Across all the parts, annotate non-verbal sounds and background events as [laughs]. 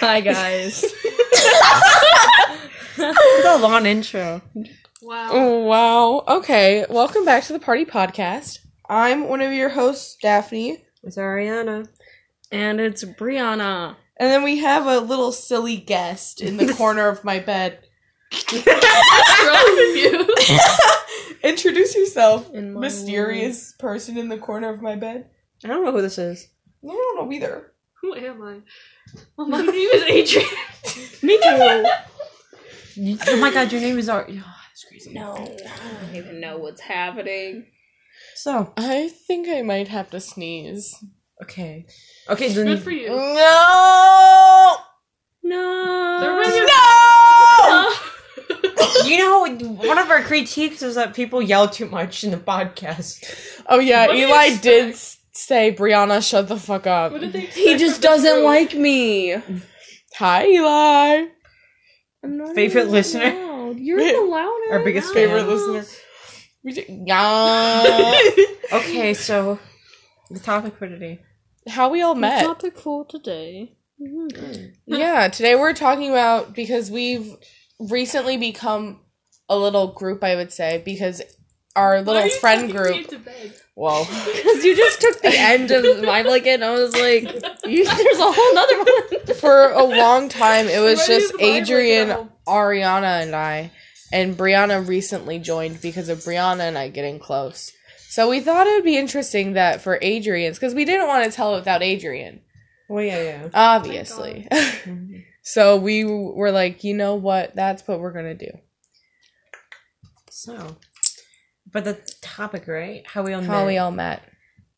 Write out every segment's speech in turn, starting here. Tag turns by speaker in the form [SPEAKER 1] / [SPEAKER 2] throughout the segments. [SPEAKER 1] Hi [laughs] guys.
[SPEAKER 2] It's a long intro.
[SPEAKER 1] wow.
[SPEAKER 3] Oh, wow. Okay. Welcome back to the Party Podcast. I'm one of your hosts, Daphne.
[SPEAKER 2] It's Ariana.
[SPEAKER 1] And it's Brianna.
[SPEAKER 3] And then we have a little silly guest in [laughs] the corner of my [laughs] bed.
[SPEAKER 2] [laughs]
[SPEAKER 3] Introduce yourself,
[SPEAKER 1] In my
[SPEAKER 3] mysterious person in the corner of my bed.
[SPEAKER 2] I don't know who this is.
[SPEAKER 3] I don't know either.
[SPEAKER 1] Who am I? Well, my name is [laughs] Adrian. [laughs]
[SPEAKER 2] Me too. oh my god, your name is Ar. Oh, that's crazy.
[SPEAKER 1] No, I don't even know what's happening.
[SPEAKER 2] So
[SPEAKER 3] I think I might have to sneeze.
[SPEAKER 2] okay, okay.
[SPEAKER 1] Good
[SPEAKER 2] Then
[SPEAKER 1] for you.
[SPEAKER 3] No!
[SPEAKER 1] No.
[SPEAKER 3] No! [laughs]
[SPEAKER 2] you know one of our critiques is that people yell too much in the podcast.
[SPEAKER 3] Oh yeah,
[SPEAKER 1] What do you
[SPEAKER 3] Eli
[SPEAKER 1] expect?
[SPEAKER 3] did s- say, "Brianna, shut the fuck up."
[SPEAKER 1] What did they
[SPEAKER 3] He
[SPEAKER 1] expect
[SPEAKER 3] just
[SPEAKER 1] from the
[SPEAKER 3] doesn't
[SPEAKER 1] crew?
[SPEAKER 3] like me. Hi, Eli.
[SPEAKER 1] I'm not
[SPEAKER 2] Favorite
[SPEAKER 1] even
[SPEAKER 2] listener?
[SPEAKER 1] loud. You're [laughs] the loudest.
[SPEAKER 2] Our biggest
[SPEAKER 3] Favorite listener. We did- [laughs] yeah.
[SPEAKER 2] Okay, so the topic for today.
[SPEAKER 3] How we all met.
[SPEAKER 1] [laughs] Topic for today.
[SPEAKER 3] yeah, today we're talking about because we've recently become a little group, I would say, because our little friend group.
[SPEAKER 1] [laughs]
[SPEAKER 3] Whoa.
[SPEAKER 1] Because you just took the end of my blanket and I was like, [laughs] you, there's a whole nother one.
[SPEAKER 3] For a long time, it was
[SPEAKER 1] Why do you
[SPEAKER 3] just
[SPEAKER 1] have my blanket
[SPEAKER 3] Adrian,
[SPEAKER 1] out?
[SPEAKER 3] Ariana, and I. And Brianna recently joined because of Brianna and I getting close. So we thought it would be interesting that for Adrian's, because we didn't want to tell it without Adrian.
[SPEAKER 2] Well, yeah, yeah.
[SPEAKER 1] Oh
[SPEAKER 3] Obviously.
[SPEAKER 2] Mhm.
[SPEAKER 3] so we were like, you know what? That's what we're going to do.
[SPEAKER 2] So, but the topic, right? How we all
[SPEAKER 3] How
[SPEAKER 2] met.
[SPEAKER 3] we all met.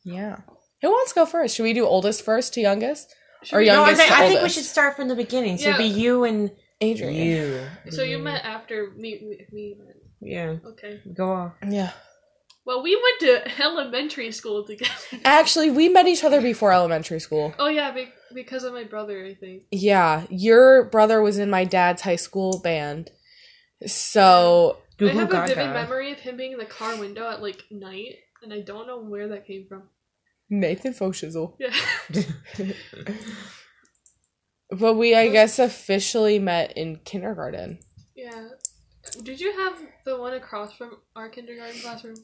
[SPEAKER 3] Yeah. Who wants to go first? Should we do oldest first to youngest?
[SPEAKER 1] Should
[SPEAKER 3] or
[SPEAKER 1] we-
[SPEAKER 2] No, I
[SPEAKER 3] youngest
[SPEAKER 2] think,
[SPEAKER 3] to
[SPEAKER 2] I
[SPEAKER 3] oldest?
[SPEAKER 2] think we should start from the beginning. So it'd be
[SPEAKER 1] Yeah.
[SPEAKER 2] you and
[SPEAKER 3] Adrian.
[SPEAKER 2] you.
[SPEAKER 1] So you met after me. me, me then.
[SPEAKER 2] Yeah.
[SPEAKER 1] okay.
[SPEAKER 2] Go off.
[SPEAKER 3] Yeah.
[SPEAKER 1] Well, we went to elementary
[SPEAKER 3] [laughs]
[SPEAKER 1] school together.
[SPEAKER 3] Actually, we met each other before elementary school.
[SPEAKER 1] oh yeah, be- because of my brother, I think.
[SPEAKER 3] Yeah. Your brother was in my dad's high school band. So,
[SPEAKER 2] Goo
[SPEAKER 1] I
[SPEAKER 2] Goo
[SPEAKER 1] have a vivid
[SPEAKER 2] Gaga.
[SPEAKER 1] memory of him being in the car window at like night, and I don't know where that came from.
[SPEAKER 3] Nathan Foshizzle.
[SPEAKER 1] Yeah. [laughs]
[SPEAKER 3] But we, I guess, officially met in kindergarten.
[SPEAKER 1] yeah. Did you have the one across from our kindergarten classroom?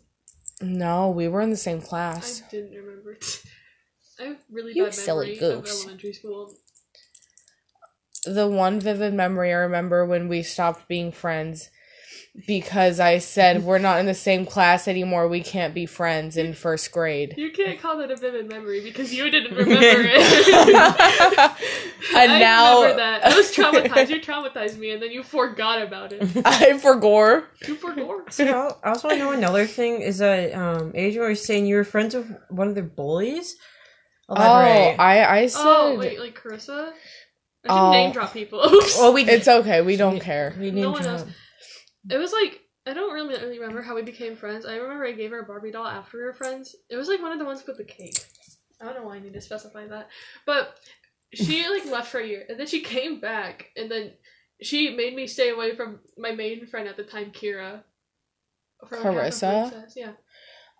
[SPEAKER 3] No, we were in the same
[SPEAKER 1] I
[SPEAKER 3] class.
[SPEAKER 1] didn't remember. [laughs] I have really
[SPEAKER 3] You
[SPEAKER 1] bad
[SPEAKER 3] silly
[SPEAKER 1] memory
[SPEAKER 3] goose.
[SPEAKER 1] of elementary school.
[SPEAKER 3] the one vivid memory I remember when we stopped being friends because I said we're not in the same class anymore. We can't be friends in first [laughs] grade.
[SPEAKER 1] You can't call that a vivid memory because
[SPEAKER 3] [laughs]
[SPEAKER 1] you didn't remember it.
[SPEAKER 3] and
[SPEAKER 1] [laughs] I
[SPEAKER 3] now
[SPEAKER 1] remember that.
[SPEAKER 3] [laughs]
[SPEAKER 1] I was traumatized. You traumatized me, and then you forgot about it.
[SPEAKER 3] I forgot. [laughs]
[SPEAKER 1] You
[SPEAKER 2] [laughs]
[SPEAKER 1] forgot.
[SPEAKER 2] So I also want to know another thing is that um, Adrian was saying you were friends with one of the bullies.
[SPEAKER 3] Oh,
[SPEAKER 2] Elaborate.
[SPEAKER 3] I I said.
[SPEAKER 1] Oh wait, like Carissa. I should
[SPEAKER 3] Oh.
[SPEAKER 1] name drop people. [laughs]
[SPEAKER 3] [laughs]
[SPEAKER 2] well, we
[SPEAKER 3] It's okay. We don't care.
[SPEAKER 2] we
[SPEAKER 1] No
[SPEAKER 2] name
[SPEAKER 1] one
[SPEAKER 2] drop.
[SPEAKER 1] else. it was like I don't really, really remember how we became friends. I remember I gave her a Barbie doll after we were friends. It was like one of the ones with the cake. I don't know why I need to specify that, but she like left for a year and then she came back and then she made me stay away from my main friend at the time, Kira. From Half of
[SPEAKER 3] Carissa?
[SPEAKER 1] Princess, Yeah.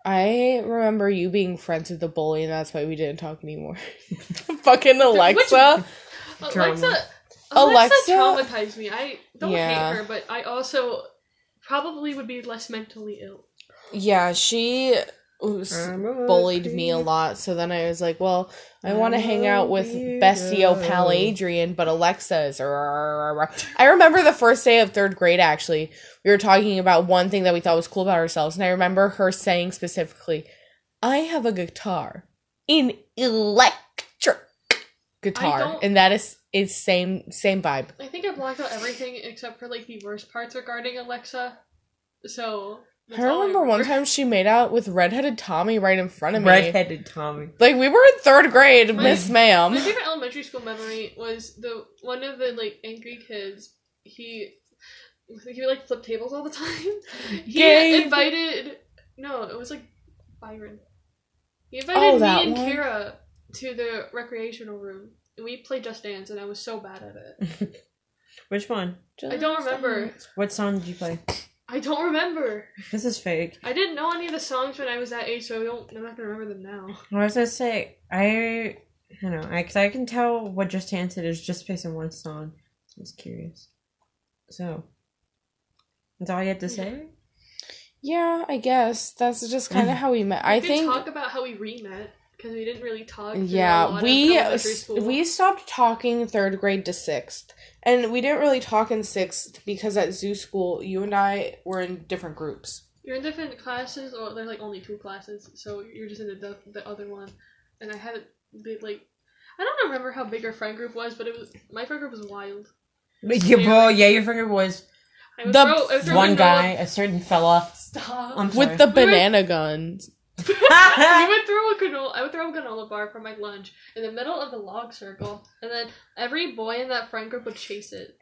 [SPEAKER 3] I remember you being friends with the bully, and that's why we didn't talk anymore. [laughs] Fucking
[SPEAKER 1] Which-
[SPEAKER 3] Alexa.
[SPEAKER 2] Drama.
[SPEAKER 1] Alexa, Alexa
[SPEAKER 3] Alexa-
[SPEAKER 1] traumatized me. I don't
[SPEAKER 3] Yeah.
[SPEAKER 1] hate her, but I also probably would be less mentally ill.
[SPEAKER 3] Yeah, she. was-
[SPEAKER 2] I'm a
[SPEAKER 3] bullied me a
[SPEAKER 2] creep.
[SPEAKER 3] lot. So then I was like, well, I
[SPEAKER 2] I'm
[SPEAKER 3] want to hang out with
[SPEAKER 2] a
[SPEAKER 3] bestie old pal
[SPEAKER 2] weirdo.
[SPEAKER 3] Adrian, but Alexa's. I remember the first day of third grade, actually. We were talking about one thing that we thought was cool about ourselves. And I remember her saying specifically, I have a guitar, an electric guitar.
[SPEAKER 1] don't-
[SPEAKER 3] And that is, is same same vibe.
[SPEAKER 1] I think I blocked out everything except for like the worst parts regarding Alexa. So that's
[SPEAKER 3] I
[SPEAKER 1] all
[SPEAKER 3] remember one time she made out with redheaded Tommy right in front of me.
[SPEAKER 2] Redheaded Tommy.
[SPEAKER 3] Like, we were in third grade,
[SPEAKER 1] My-
[SPEAKER 3] Miss
[SPEAKER 1] My
[SPEAKER 3] Ma'am.
[SPEAKER 1] favorite elementary school memory was the one of the like angry kids. He I think he would like flip tables all the time. [laughs] He
[SPEAKER 3] Gabe.
[SPEAKER 1] invited no, it was like Byron.
[SPEAKER 3] Oh,
[SPEAKER 1] He invited
[SPEAKER 3] that
[SPEAKER 1] me and
[SPEAKER 3] one.
[SPEAKER 1] Kira to the recreational room. And we played Just Dance, and I was so bad at it.
[SPEAKER 2] Which one?
[SPEAKER 1] I don't remember.
[SPEAKER 2] What song did you play?
[SPEAKER 1] I don't remember.
[SPEAKER 2] This is fake.
[SPEAKER 1] I didn't know any of the songs when I was that age, so I don't. I'm not gonna remember them now.
[SPEAKER 2] What was I say? I, I don't know. I, cause I can tell what Just Dance it is just based on one song. I was curious. So, that's all you had to say?
[SPEAKER 3] Yeah, I guess that's just kind of how we met. I
[SPEAKER 1] we
[SPEAKER 3] think.
[SPEAKER 1] talk about how we re met because we didn't really talk. through a lot
[SPEAKER 3] Yeah,
[SPEAKER 1] of
[SPEAKER 3] we
[SPEAKER 1] elementary school.
[SPEAKER 3] we stopped talking third grade to sixth, and we didn't really talk in sixth because at zoo school you and I were in different groups.
[SPEAKER 1] You're in different classes, or there's like only two classes, so you're just in the the, the other one. And I had did like I don't remember how big our friend group was, but it was my friend group was wild.
[SPEAKER 2] Yeah, well, yeah, your finger was
[SPEAKER 1] I would
[SPEAKER 3] The
[SPEAKER 1] throw- I would throw
[SPEAKER 2] one
[SPEAKER 1] the
[SPEAKER 2] guy, Um,
[SPEAKER 1] Noah-
[SPEAKER 2] a certain fella. [laughs]
[SPEAKER 1] [laughs] Stop.
[SPEAKER 2] I'm sorry.
[SPEAKER 3] With the
[SPEAKER 1] We were-
[SPEAKER 3] banana guns.
[SPEAKER 1] [laughs] we would throw a granola. I would throw a granola bar for my lunch in the middle of the log circle, and then every boy in that friend group would chase it.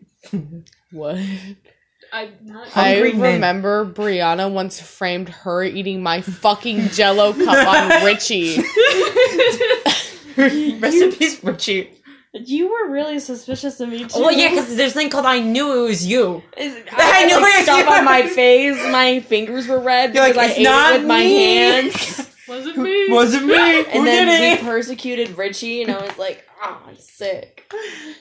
[SPEAKER 3] What?
[SPEAKER 1] I'm not.
[SPEAKER 3] I
[SPEAKER 2] Hungry men.
[SPEAKER 3] remember Brianna once framed her eating my fucking jello cup
[SPEAKER 2] [laughs]
[SPEAKER 3] on Richie.
[SPEAKER 2] Recipes for cheap.
[SPEAKER 4] You were really suspicious of me too.
[SPEAKER 2] Oh yeah, because there's a thing called "I knew it was you."
[SPEAKER 4] Is-
[SPEAKER 2] [laughs] I know
[SPEAKER 3] like,
[SPEAKER 2] it.
[SPEAKER 3] stuff on my
[SPEAKER 2] [laughs]
[SPEAKER 3] face. My fingers were red
[SPEAKER 2] You're like,
[SPEAKER 3] because I
[SPEAKER 2] "It's
[SPEAKER 3] ate
[SPEAKER 2] not
[SPEAKER 3] it with my
[SPEAKER 2] me."
[SPEAKER 3] hands.
[SPEAKER 1] Was
[SPEAKER 3] [laughs]
[SPEAKER 1] it me?
[SPEAKER 2] Wasn't me.
[SPEAKER 4] And
[SPEAKER 2] Who
[SPEAKER 4] then
[SPEAKER 2] did
[SPEAKER 4] we
[SPEAKER 2] it?
[SPEAKER 4] persecuted Richie, and I was like, "Ah, I'm sick."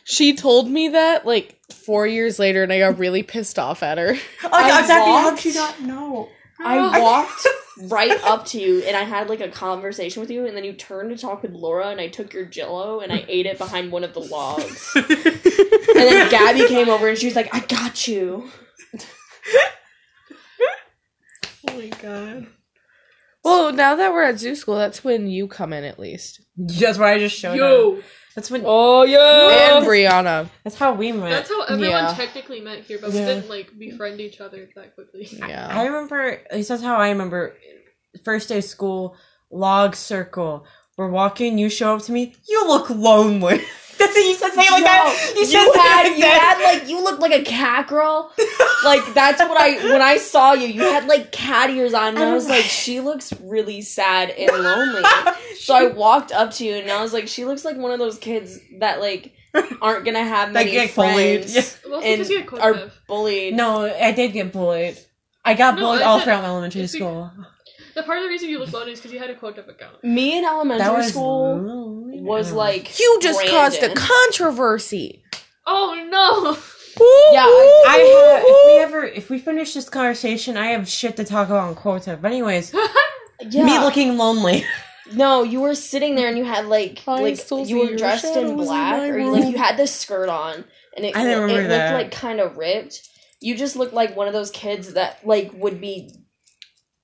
[SPEAKER 3] She told me that like four years later, and I got really pissed off at her.
[SPEAKER 2] Oh, [laughs] I
[SPEAKER 4] I
[SPEAKER 2] was happy. How
[SPEAKER 4] walked-
[SPEAKER 2] did you not know?
[SPEAKER 4] I walked
[SPEAKER 2] [laughs]
[SPEAKER 4] right up to you, and I had like a conversation with you, and then you turned to talk with Laura, and I took your Jello, and I ate it behind one of the [laughs]
[SPEAKER 2] [laughs]
[SPEAKER 4] logs. and then Gabby came over, and she was like, "I got you."
[SPEAKER 1] Oh my god.
[SPEAKER 3] Well, now that we're at zoo school, that's when you come in at least.
[SPEAKER 2] That's why I just showed up.
[SPEAKER 1] Yo,
[SPEAKER 2] That's when.
[SPEAKER 3] Oh yeah, and Brianna.
[SPEAKER 2] That's how we met.
[SPEAKER 1] that's how everyone
[SPEAKER 3] Yeah.
[SPEAKER 1] technically met here, but we
[SPEAKER 2] Yeah.
[SPEAKER 1] didn't like befriend each other that quickly. [laughs]
[SPEAKER 2] I
[SPEAKER 3] Yeah,
[SPEAKER 2] remember. At least that's how I remember. First day of school, log circle. We're walking. You show up to me. You look lonely. [laughs] That's it. You said something like that. You,
[SPEAKER 4] you
[SPEAKER 2] said something
[SPEAKER 4] had
[SPEAKER 2] like
[SPEAKER 4] you
[SPEAKER 2] that.
[SPEAKER 4] had like you looked like a
[SPEAKER 2] [laughs]
[SPEAKER 4] cat girl. Like that's what I when I saw you, you had like cat ears on, and I
[SPEAKER 2] Oh
[SPEAKER 4] was like, she looks really sad and
[SPEAKER 2] [laughs]
[SPEAKER 4] lonely. So I walked up to you, and I was like, she looks like one of those kids that like aren't gonna have
[SPEAKER 2] That
[SPEAKER 4] many
[SPEAKER 2] get bullied.
[SPEAKER 4] friends.
[SPEAKER 1] Well,
[SPEAKER 4] And
[SPEAKER 1] because you had cold
[SPEAKER 4] our-
[SPEAKER 1] stuff.
[SPEAKER 4] Bullied.
[SPEAKER 2] No, I did get bullied. I got
[SPEAKER 1] No,
[SPEAKER 2] bullied
[SPEAKER 1] I
[SPEAKER 2] all
[SPEAKER 1] said-
[SPEAKER 2] throughout elementary
[SPEAKER 1] it's be-
[SPEAKER 2] school.
[SPEAKER 1] The part of the reason you look lonely is because you had a quote up account.
[SPEAKER 4] Me in elementary
[SPEAKER 2] That was
[SPEAKER 4] school
[SPEAKER 2] lonely.
[SPEAKER 4] was like
[SPEAKER 3] you just caused a
[SPEAKER 4] Brandon.
[SPEAKER 3] controversy.
[SPEAKER 1] Oh no! [laughs]
[SPEAKER 3] Yeah,
[SPEAKER 2] I have. If we ever, if we finish this conversation, I have shit to talk about on quota. But anyways,
[SPEAKER 4] yeah.
[SPEAKER 2] me looking lonely.
[SPEAKER 4] No, you were sitting there and you had like
[SPEAKER 3] I
[SPEAKER 4] like
[SPEAKER 3] still see
[SPEAKER 4] you were
[SPEAKER 3] your
[SPEAKER 4] dressed
[SPEAKER 3] shadows
[SPEAKER 4] in
[SPEAKER 3] in
[SPEAKER 4] black
[SPEAKER 3] my
[SPEAKER 4] or you- like
[SPEAKER 2] room.
[SPEAKER 4] you had this skirt on and it
[SPEAKER 2] I didn't
[SPEAKER 4] it
[SPEAKER 2] remember
[SPEAKER 4] looked
[SPEAKER 2] that.
[SPEAKER 4] like kind of ripped. You just looked like one of those kids that like would be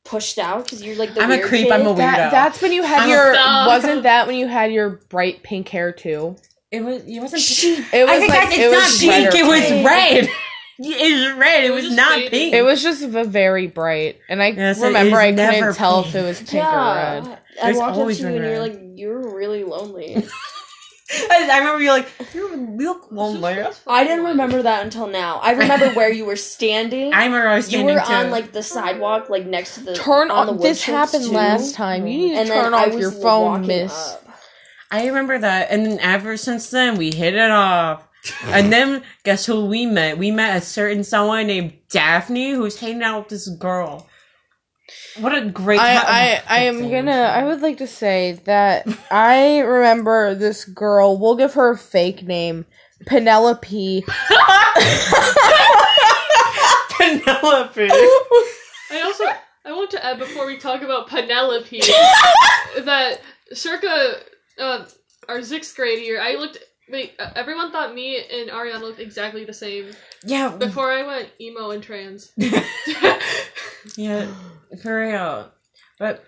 [SPEAKER 4] pushed out because you're like the
[SPEAKER 2] I'm a
[SPEAKER 4] weird
[SPEAKER 2] creep,
[SPEAKER 4] kid.
[SPEAKER 2] I'm a- Weirdo.
[SPEAKER 3] That, that's when you had
[SPEAKER 2] I'm a-
[SPEAKER 3] your.
[SPEAKER 1] Stop.
[SPEAKER 3] Wasn't that when you had your bright pink hair too?
[SPEAKER 2] It was. It wasn't.
[SPEAKER 4] She-
[SPEAKER 3] It was
[SPEAKER 2] I think
[SPEAKER 3] like
[SPEAKER 2] I did
[SPEAKER 3] it
[SPEAKER 2] not
[SPEAKER 3] was
[SPEAKER 2] pink.
[SPEAKER 3] red or
[SPEAKER 2] It was
[SPEAKER 3] pink.
[SPEAKER 2] red. [laughs] It was red. It was
[SPEAKER 1] just
[SPEAKER 2] not
[SPEAKER 1] faded.
[SPEAKER 2] pink.
[SPEAKER 3] It was just v- very bright, and I
[SPEAKER 2] Yes, it
[SPEAKER 3] remember
[SPEAKER 2] is
[SPEAKER 3] I couldn't
[SPEAKER 2] never
[SPEAKER 3] tell
[SPEAKER 2] pink.
[SPEAKER 3] if it was pink or red.
[SPEAKER 4] yeah, I
[SPEAKER 2] It's
[SPEAKER 4] walked up
[SPEAKER 2] always
[SPEAKER 4] to you
[SPEAKER 2] been
[SPEAKER 4] and you're
[SPEAKER 2] red.
[SPEAKER 4] like you're
[SPEAKER 2] [laughs]
[SPEAKER 4] really lonely.
[SPEAKER 2] [laughs] I I remember you like you look lonely.
[SPEAKER 4] I didn't remember that until now. I remember where you were
[SPEAKER 2] [laughs]
[SPEAKER 4] standing.
[SPEAKER 2] I remember I was
[SPEAKER 4] you
[SPEAKER 2] standing
[SPEAKER 4] were
[SPEAKER 2] too.
[SPEAKER 4] on like the sidewalk, like next to the
[SPEAKER 3] Turn
[SPEAKER 4] on, the
[SPEAKER 3] on.
[SPEAKER 4] wood
[SPEAKER 3] This
[SPEAKER 4] chips,
[SPEAKER 3] happened
[SPEAKER 4] too.
[SPEAKER 3] last time. You need to
[SPEAKER 4] And then
[SPEAKER 3] turn
[SPEAKER 4] I
[SPEAKER 3] off
[SPEAKER 4] was
[SPEAKER 3] your phone,
[SPEAKER 4] walking
[SPEAKER 3] Miss.
[SPEAKER 4] up. [laughs]
[SPEAKER 2] I remember that, and then ever since then we hit it off. and then guess who we met? We met a certain someone named Daphne who's hanging out with this girl. What a great! [laughs]
[SPEAKER 3] I, I, I am gonna. I would like to say that I remember this girl. We'll give her a fake name, Penelope. [laughs]
[SPEAKER 2] Penelope.
[SPEAKER 1] I also I want to add before we talk about Penelope that circa uh, our sixth grade year, I looked. Wait, uh, everyone thought me and Ariana looked exactly the same
[SPEAKER 2] yeah,
[SPEAKER 1] before I went emo and trans. [laughs]
[SPEAKER 2] yeah, for real. But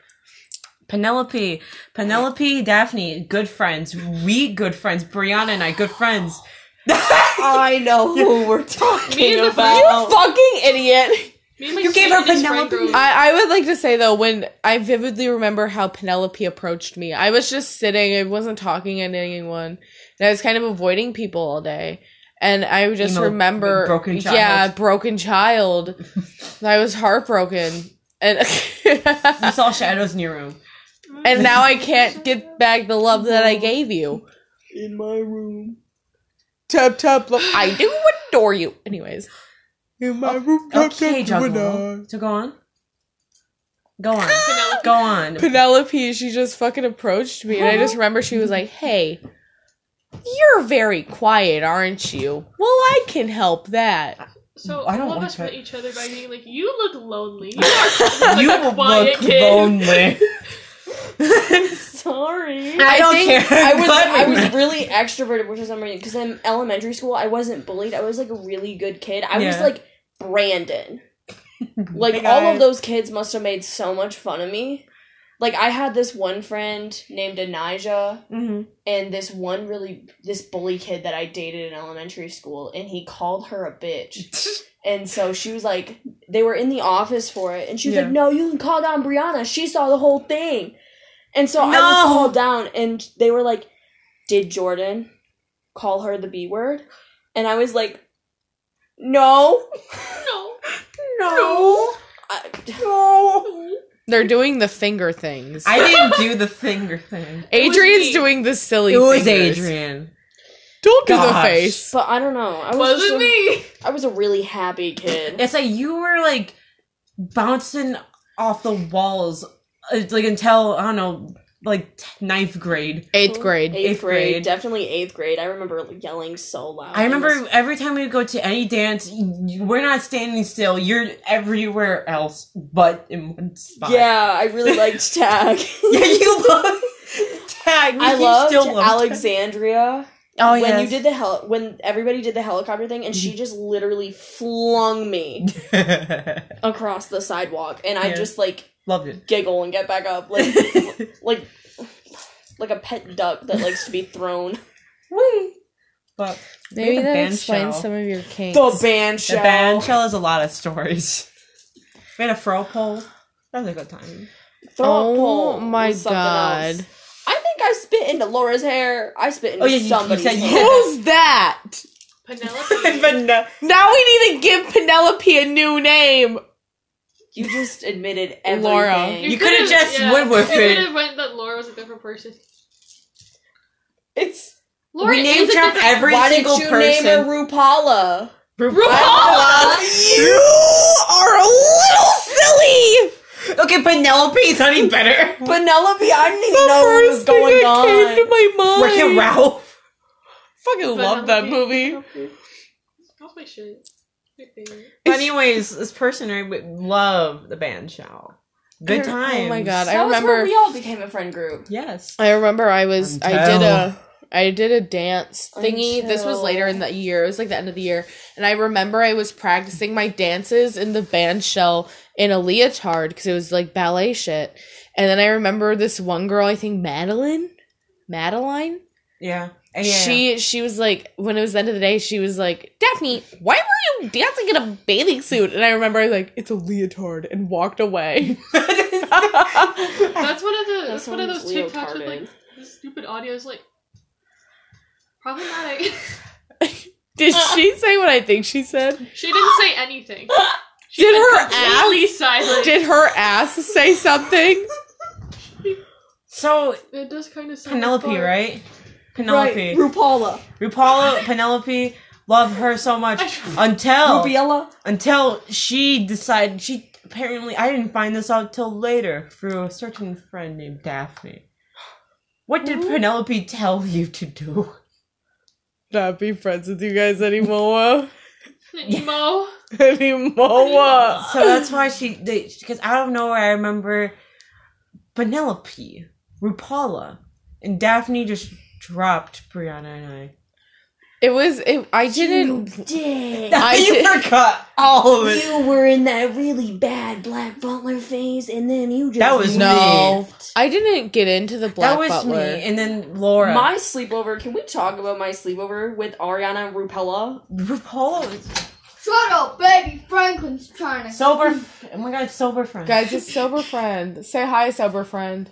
[SPEAKER 2] Penelope, Penelope, Daphne, good friends. We good friends. Brianna and I, good friends.
[SPEAKER 4] I know who we're
[SPEAKER 1] Me
[SPEAKER 4] talking
[SPEAKER 1] and the
[SPEAKER 4] about.
[SPEAKER 3] Fucking idiot!
[SPEAKER 1] Me and my
[SPEAKER 2] You gave her
[SPEAKER 1] sweetest friend
[SPEAKER 2] Penelope.
[SPEAKER 1] growing up.
[SPEAKER 3] I, I would like to say though, when I vividly remember how Penelope approached me, I was just sitting. I wasn't talking to anyone, and I was kind of avoiding people all day. And I just
[SPEAKER 2] Emo,
[SPEAKER 3] remember,
[SPEAKER 2] broken child.
[SPEAKER 3] yeah, broken
[SPEAKER 2] [laughs]
[SPEAKER 3] child. And I was heartbroken, and [laughs]
[SPEAKER 2] You saw shadows in your room.
[SPEAKER 3] and now I can't get back the love that I gave you.
[SPEAKER 4] In my room.
[SPEAKER 3] Tap tap. Look, I do adore you. Anyways,
[SPEAKER 5] In my room,
[SPEAKER 2] Okay, Juggalo. So go on. Go on.
[SPEAKER 1] Penelope.
[SPEAKER 2] Go on.
[SPEAKER 3] Penelope, she just fucking approached me, and I just remember she was like, "Hey, you're very quiet, aren't you? Well, I can help that."
[SPEAKER 1] So
[SPEAKER 2] I don't
[SPEAKER 1] all of
[SPEAKER 2] like
[SPEAKER 1] us met
[SPEAKER 2] that.
[SPEAKER 1] each other by being like, "You look lonely. [laughs] You are like
[SPEAKER 2] you
[SPEAKER 1] a
[SPEAKER 2] look
[SPEAKER 1] quiet kid."
[SPEAKER 2] lonely. [laughs]
[SPEAKER 4] Sorry.
[SPEAKER 2] I don't
[SPEAKER 3] think
[SPEAKER 2] care.
[SPEAKER 4] I was
[SPEAKER 2] Glad we
[SPEAKER 4] I was
[SPEAKER 2] met.
[SPEAKER 4] really extroverted, which is amazing because in elementary school I wasn't bullied. I was like a really good kid. I was
[SPEAKER 2] Yeah.
[SPEAKER 4] like
[SPEAKER 2] [laughs]
[SPEAKER 4] Brandon. Like
[SPEAKER 2] Big
[SPEAKER 4] all of
[SPEAKER 2] eyes.
[SPEAKER 4] those kids must have made so much fun of me. Like I had this one friend named Anijah
[SPEAKER 2] Mhm.
[SPEAKER 4] and this one really this bully kid that I dated in elementary school and he called her a bitch. And so she was like, they were in the office for it, and she was
[SPEAKER 2] Yeah.
[SPEAKER 4] like, "No, you can call down Brianna. She saw the whole thing." And so I
[SPEAKER 2] No.
[SPEAKER 4] was called down, and they were like, "Did Jordan call her the B word?" And I was like, "No,
[SPEAKER 1] No.
[SPEAKER 4] no, I-
[SPEAKER 3] They're doing the finger things.
[SPEAKER 2] [laughs] I didn't do the finger thing.
[SPEAKER 3] Adrian's
[SPEAKER 1] me.
[SPEAKER 3] doing the silly.
[SPEAKER 2] It was
[SPEAKER 3] fingers.
[SPEAKER 2] Adrian.
[SPEAKER 3] Don't do
[SPEAKER 2] Gosh.
[SPEAKER 3] the face.
[SPEAKER 4] but I don't know. I was just
[SPEAKER 1] Wasn't
[SPEAKER 4] a-
[SPEAKER 1] me.
[SPEAKER 2] [laughs]
[SPEAKER 4] I was a really happy kid.
[SPEAKER 2] It's like you were like bouncing off the walls, uh, like until I don't know, like t- ninth grade.
[SPEAKER 3] Eighth grade.
[SPEAKER 4] eighth,
[SPEAKER 2] Eighth
[SPEAKER 4] grade,
[SPEAKER 2] grade.
[SPEAKER 4] definitely eighth grade. I remember yelling so loud.
[SPEAKER 2] I
[SPEAKER 4] It
[SPEAKER 2] remember
[SPEAKER 4] was-
[SPEAKER 2] every time we go to any dance, you, we're not standing still. You're everywhere else but in one spot.
[SPEAKER 4] yeah, I really liked tag.
[SPEAKER 2] yeah, [laughs]
[SPEAKER 4] [laughs]
[SPEAKER 2] you love tag.
[SPEAKER 4] I
[SPEAKER 2] you
[SPEAKER 4] loved
[SPEAKER 2] still love
[SPEAKER 4] Alexandria.
[SPEAKER 2] Oh Mm-hmm.
[SPEAKER 4] when
[SPEAKER 2] yeah,
[SPEAKER 4] you did the hel- when everybody did the helicopter thing and she just literally
[SPEAKER 2] [laughs]
[SPEAKER 4] flung me
[SPEAKER 2] did.
[SPEAKER 4] across the sidewalk and I
[SPEAKER 2] Yeah.
[SPEAKER 4] just like
[SPEAKER 2] [laughs] loved it.
[SPEAKER 4] giggle and get back
[SPEAKER 2] [laughs]
[SPEAKER 4] up like like like a pet duck that likes to be thrown.
[SPEAKER 2] Woo. But
[SPEAKER 3] Maybe
[SPEAKER 2] the
[SPEAKER 3] that
[SPEAKER 2] band
[SPEAKER 3] explains
[SPEAKER 2] shell.
[SPEAKER 3] some of your kinks.
[SPEAKER 4] The
[SPEAKER 2] [laughs]
[SPEAKER 4] band
[SPEAKER 2] the
[SPEAKER 4] show.
[SPEAKER 2] band shell has a lot of stories. We had a fro pole. That was a good
[SPEAKER 4] [laughs]
[SPEAKER 2] time.
[SPEAKER 4] Throw a pole
[SPEAKER 3] Oh my
[SPEAKER 4] was something
[SPEAKER 3] god.
[SPEAKER 4] else. I think I spit into Laura's hair. I spit into
[SPEAKER 2] Oh, yeah, you- you
[SPEAKER 4] somebody's
[SPEAKER 2] said you-
[SPEAKER 4] hair.
[SPEAKER 3] Who's that?
[SPEAKER 1] Penelope.
[SPEAKER 3] Now we need to give Penelope a new name.
[SPEAKER 4] You
[SPEAKER 2] [laughs]
[SPEAKER 4] just admitted everything.
[SPEAKER 3] Laura.
[SPEAKER 2] You coulda
[SPEAKER 1] coulda-
[SPEAKER 2] just went with
[SPEAKER 1] you
[SPEAKER 2] it.
[SPEAKER 1] coulda went that Laura was a different person.
[SPEAKER 4] It's
[SPEAKER 1] Laura
[SPEAKER 2] we
[SPEAKER 1] is
[SPEAKER 2] named
[SPEAKER 1] a
[SPEAKER 2] drop
[SPEAKER 1] different-
[SPEAKER 2] every
[SPEAKER 4] why did
[SPEAKER 2] single
[SPEAKER 4] you name her
[SPEAKER 2] person.
[SPEAKER 4] Rupala?
[SPEAKER 1] RuPaul.
[SPEAKER 3] You are a little silly.
[SPEAKER 2] okay, Penelope is not any better.
[SPEAKER 4] Penelope, I didn't even know what was going on.
[SPEAKER 3] my mind.
[SPEAKER 2] Wreck It Ralph.
[SPEAKER 3] Fucking love that
[SPEAKER 1] Penelope.
[SPEAKER 3] movie.
[SPEAKER 1] That's my shit. My favorite.
[SPEAKER 2] But anyways, this person I would love the band show. Good time.
[SPEAKER 3] Oh my god,
[SPEAKER 4] That
[SPEAKER 3] I
[SPEAKER 4] was
[SPEAKER 3] remember.
[SPEAKER 4] where we all became a friend group.
[SPEAKER 2] Yes.
[SPEAKER 3] I remember I was I
[SPEAKER 2] Until-
[SPEAKER 3] did a I did a dance thingy. This was
[SPEAKER 4] Until-
[SPEAKER 3] later in the year. It was like the end of the year. And I remember I was practicing my dances in the band shell in a leotard because it was like ballet shit. And then I remember this one girl, I think Madeline, Madeline.
[SPEAKER 2] Yeah. Yeah.
[SPEAKER 3] She she was like when it was the end of the day, she was like, Daphne, why were you dancing in a bathing suit? And I remember I was like, it's a leotard and walked away. [laughs]
[SPEAKER 1] That's one of the.
[SPEAKER 4] That
[SPEAKER 1] That's one of
[SPEAKER 4] sounds
[SPEAKER 1] those TikToks with
[SPEAKER 4] leotarded.
[SPEAKER 1] like the stupid audios, like problematic. [laughs]
[SPEAKER 3] Did she say what I think she said?
[SPEAKER 1] she didn't say
[SPEAKER 2] [laughs]
[SPEAKER 1] anything. She
[SPEAKER 3] Did her
[SPEAKER 1] completely silent.
[SPEAKER 3] Did her ass say something?
[SPEAKER 2] so
[SPEAKER 1] it does kind of sound
[SPEAKER 2] Penelope,
[SPEAKER 1] far. [laughs]
[SPEAKER 2] right? Penelope.
[SPEAKER 4] Right, Rupala.
[SPEAKER 2] Rupaula, Penelope, love her so much until
[SPEAKER 4] Rubiella.
[SPEAKER 2] until she decided she apparently I didn't find this out till later through a certain friend named Daphne. What did Penelope tell you to do?
[SPEAKER 3] Not be friends with you guys anymore. [laughs]
[SPEAKER 1] Nemo.
[SPEAKER 3] anymore.
[SPEAKER 2] So that's why she they because out of nowhere I remember Penelope, Rupala, and Daphne just dropped Brianna and I.
[SPEAKER 3] It was. It, I didn't. [laughs]
[SPEAKER 4] Dang.
[SPEAKER 3] I
[SPEAKER 2] you
[SPEAKER 3] did-
[SPEAKER 2] forgot all of it.
[SPEAKER 4] You were in that really bad Black Butler phase, and then you just
[SPEAKER 2] That was
[SPEAKER 3] No.
[SPEAKER 2] me.
[SPEAKER 3] I didn't get into the Black
[SPEAKER 2] That was
[SPEAKER 3] Butler.
[SPEAKER 2] me, and then Laura.
[SPEAKER 4] My sleepover. Can we talk about my sleepover with Ariana and Rupella?
[SPEAKER 2] Rupala was
[SPEAKER 6] Shut up, baby. Franklin's trying to.
[SPEAKER 2] sober. f- Oh my god, sober friend.
[SPEAKER 3] Guys, it's sober friend. Say hi, sober friend.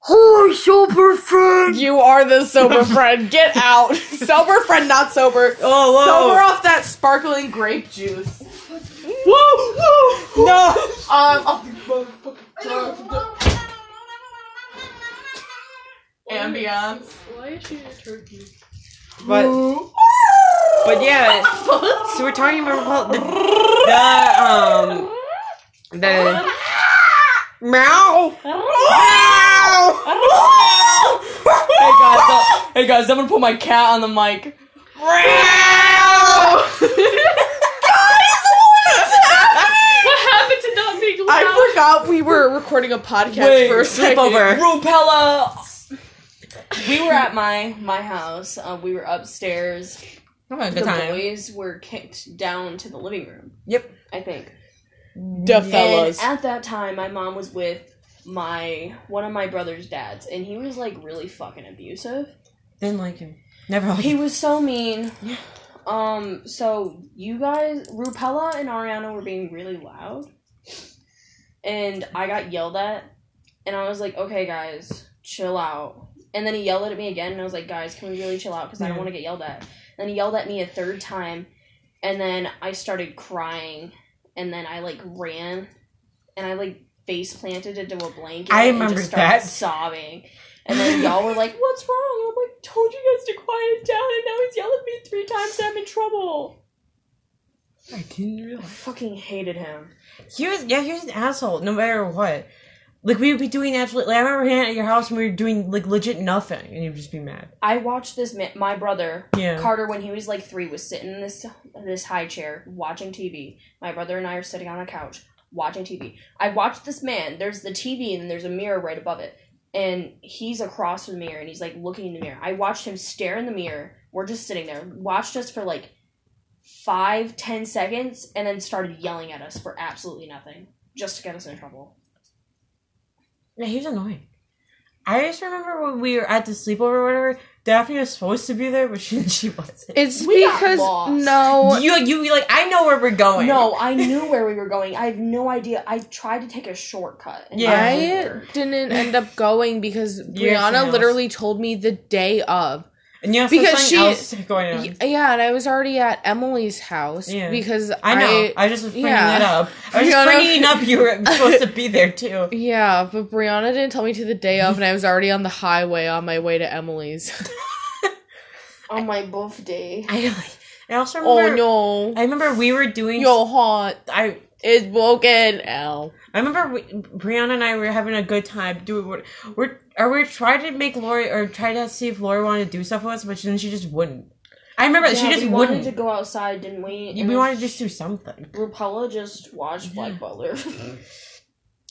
[SPEAKER 6] Holy sober friend.
[SPEAKER 3] You are the sober friend. Get out, sober friend, not sober.
[SPEAKER 2] Oh, whoa.
[SPEAKER 3] Sober off that sparkling grape juice.
[SPEAKER 2] Whoa, whoa, no.
[SPEAKER 3] Um, ambiance.
[SPEAKER 1] Why is she a turkey?
[SPEAKER 2] But But yeah, so we're talking about the, the um the meow.
[SPEAKER 4] Hey guys, uh, hey guys, I'm gonna put my cat on the mic.
[SPEAKER 2] [laughs]
[SPEAKER 1] What happened to not being loud?
[SPEAKER 3] I forgot we were recording a podcast
[SPEAKER 4] Wait,
[SPEAKER 3] for a second.
[SPEAKER 2] sleepover.
[SPEAKER 4] Rupella. We were at my my house. Uh, we were upstairs.
[SPEAKER 2] Have a
[SPEAKER 4] The
[SPEAKER 2] good time.
[SPEAKER 4] boys were kicked down to the living room.
[SPEAKER 2] Yep.
[SPEAKER 4] I think.
[SPEAKER 3] Da fellas.
[SPEAKER 4] And at that time, my mom was with my one of my brother's dads, and he was like really fucking abusive.
[SPEAKER 2] Didn't like him. Never liked
[SPEAKER 4] He
[SPEAKER 2] him.
[SPEAKER 4] was so mean. Um, so you guys, Rupella and Ariana were being really loud, and I got yelled at, and I was like, "Okay, guys, chill out." And then he yelled at me again, and I was like, "Guys, can we really chill out? Because I don't
[SPEAKER 2] Yeah.
[SPEAKER 4] want to get yelled at." Then he yelled at me a third time, and then I started crying, and then I like ran, and I like face planted into a blanket.
[SPEAKER 2] I
[SPEAKER 4] and
[SPEAKER 2] remember
[SPEAKER 4] just started
[SPEAKER 2] that.
[SPEAKER 4] sobbing. And then y'all were like, "What's wrong?" I'm like, "Told you guys to quiet down, and now he's yelling at me three times. I'm in trouble."
[SPEAKER 2] I didn't
[SPEAKER 4] I
[SPEAKER 2] realize.
[SPEAKER 4] fucking hated him.
[SPEAKER 2] He was yeah, he was an asshole. No matter what. Like we would be doing absolutely. I remember hanging out at your house and we were doing like legit nothing, and you'd just be mad.
[SPEAKER 4] I watched this. Ma- my brother
[SPEAKER 2] Yeah.
[SPEAKER 4] Carter, when he was like three, was sitting in this this high chair watching TV. My brother and I are sitting on a couch watching TV. I watched this man. There's the TV, and there's a mirror right above it. And he's across from the mirror, and he's like looking in the mirror. I watched him stare in the mirror. We're just sitting there. Watched us for like five, ten seconds, and then started yelling at us for absolutely nothing, just to get us in trouble.
[SPEAKER 2] Yeah, he was annoying. I just remember when we were at the sleepover or whatever, Daphne was supposed to be there, but she [laughs] she wasn't.
[SPEAKER 3] It's
[SPEAKER 4] We got
[SPEAKER 3] because
[SPEAKER 4] lost.
[SPEAKER 3] no,
[SPEAKER 2] you you like I know where we're going.
[SPEAKER 4] No, I knew where we were going. I have no idea. I tried to take a shortcut. and it
[SPEAKER 2] Yeah.
[SPEAKER 4] didn't
[SPEAKER 3] I
[SPEAKER 4] work.
[SPEAKER 3] didn't
[SPEAKER 2] [laughs]
[SPEAKER 3] end up going because
[SPEAKER 2] You had something
[SPEAKER 3] Brianna
[SPEAKER 2] else.
[SPEAKER 3] literally told me the day of.
[SPEAKER 2] and you know
[SPEAKER 3] Because
[SPEAKER 2] because
[SPEAKER 3] she-
[SPEAKER 2] something else going on.
[SPEAKER 3] Y- Yeah, and I was already at Emily's house
[SPEAKER 2] Yeah.
[SPEAKER 3] because
[SPEAKER 2] I know. I, just was bringing
[SPEAKER 3] yeah.
[SPEAKER 2] it up. I
[SPEAKER 3] [laughs]
[SPEAKER 2] was
[SPEAKER 3] Brianna-
[SPEAKER 2] just bringing up you were supposed to be there
[SPEAKER 3] [laughs]
[SPEAKER 2] too.
[SPEAKER 3] Yeah, but Brianna didn't tell me to the day of, and I was already on the highway on my way to Emily's.
[SPEAKER 4] on my buff day.
[SPEAKER 2] I I also
[SPEAKER 3] oh
[SPEAKER 2] remember
[SPEAKER 3] no,
[SPEAKER 2] I remember we were doing
[SPEAKER 3] your heart
[SPEAKER 2] I
[SPEAKER 3] is broken. Ow.
[SPEAKER 2] I remember we, Brianna and I were having a good time doing what we're or we tried to make Lori or try to see if Lori wanted to do stuff with us, but then she just wouldn't. I remember that she
[SPEAKER 4] Yeah,
[SPEAKER 2] just
[SPEAKER 4] we
[SPEAKER 2] wouldn't.
[SPEAKER 4] wanted to go outside, didn't we?
[SPEAKER 2] we
[SPEAKER 4] And then
[SPEAKER 2] wanted to just do something.
[SPEAKER 4] Rapella just watched
[SPEAKER 2] [laughs]
[SPEAKER 4] Black Butler. [laughs]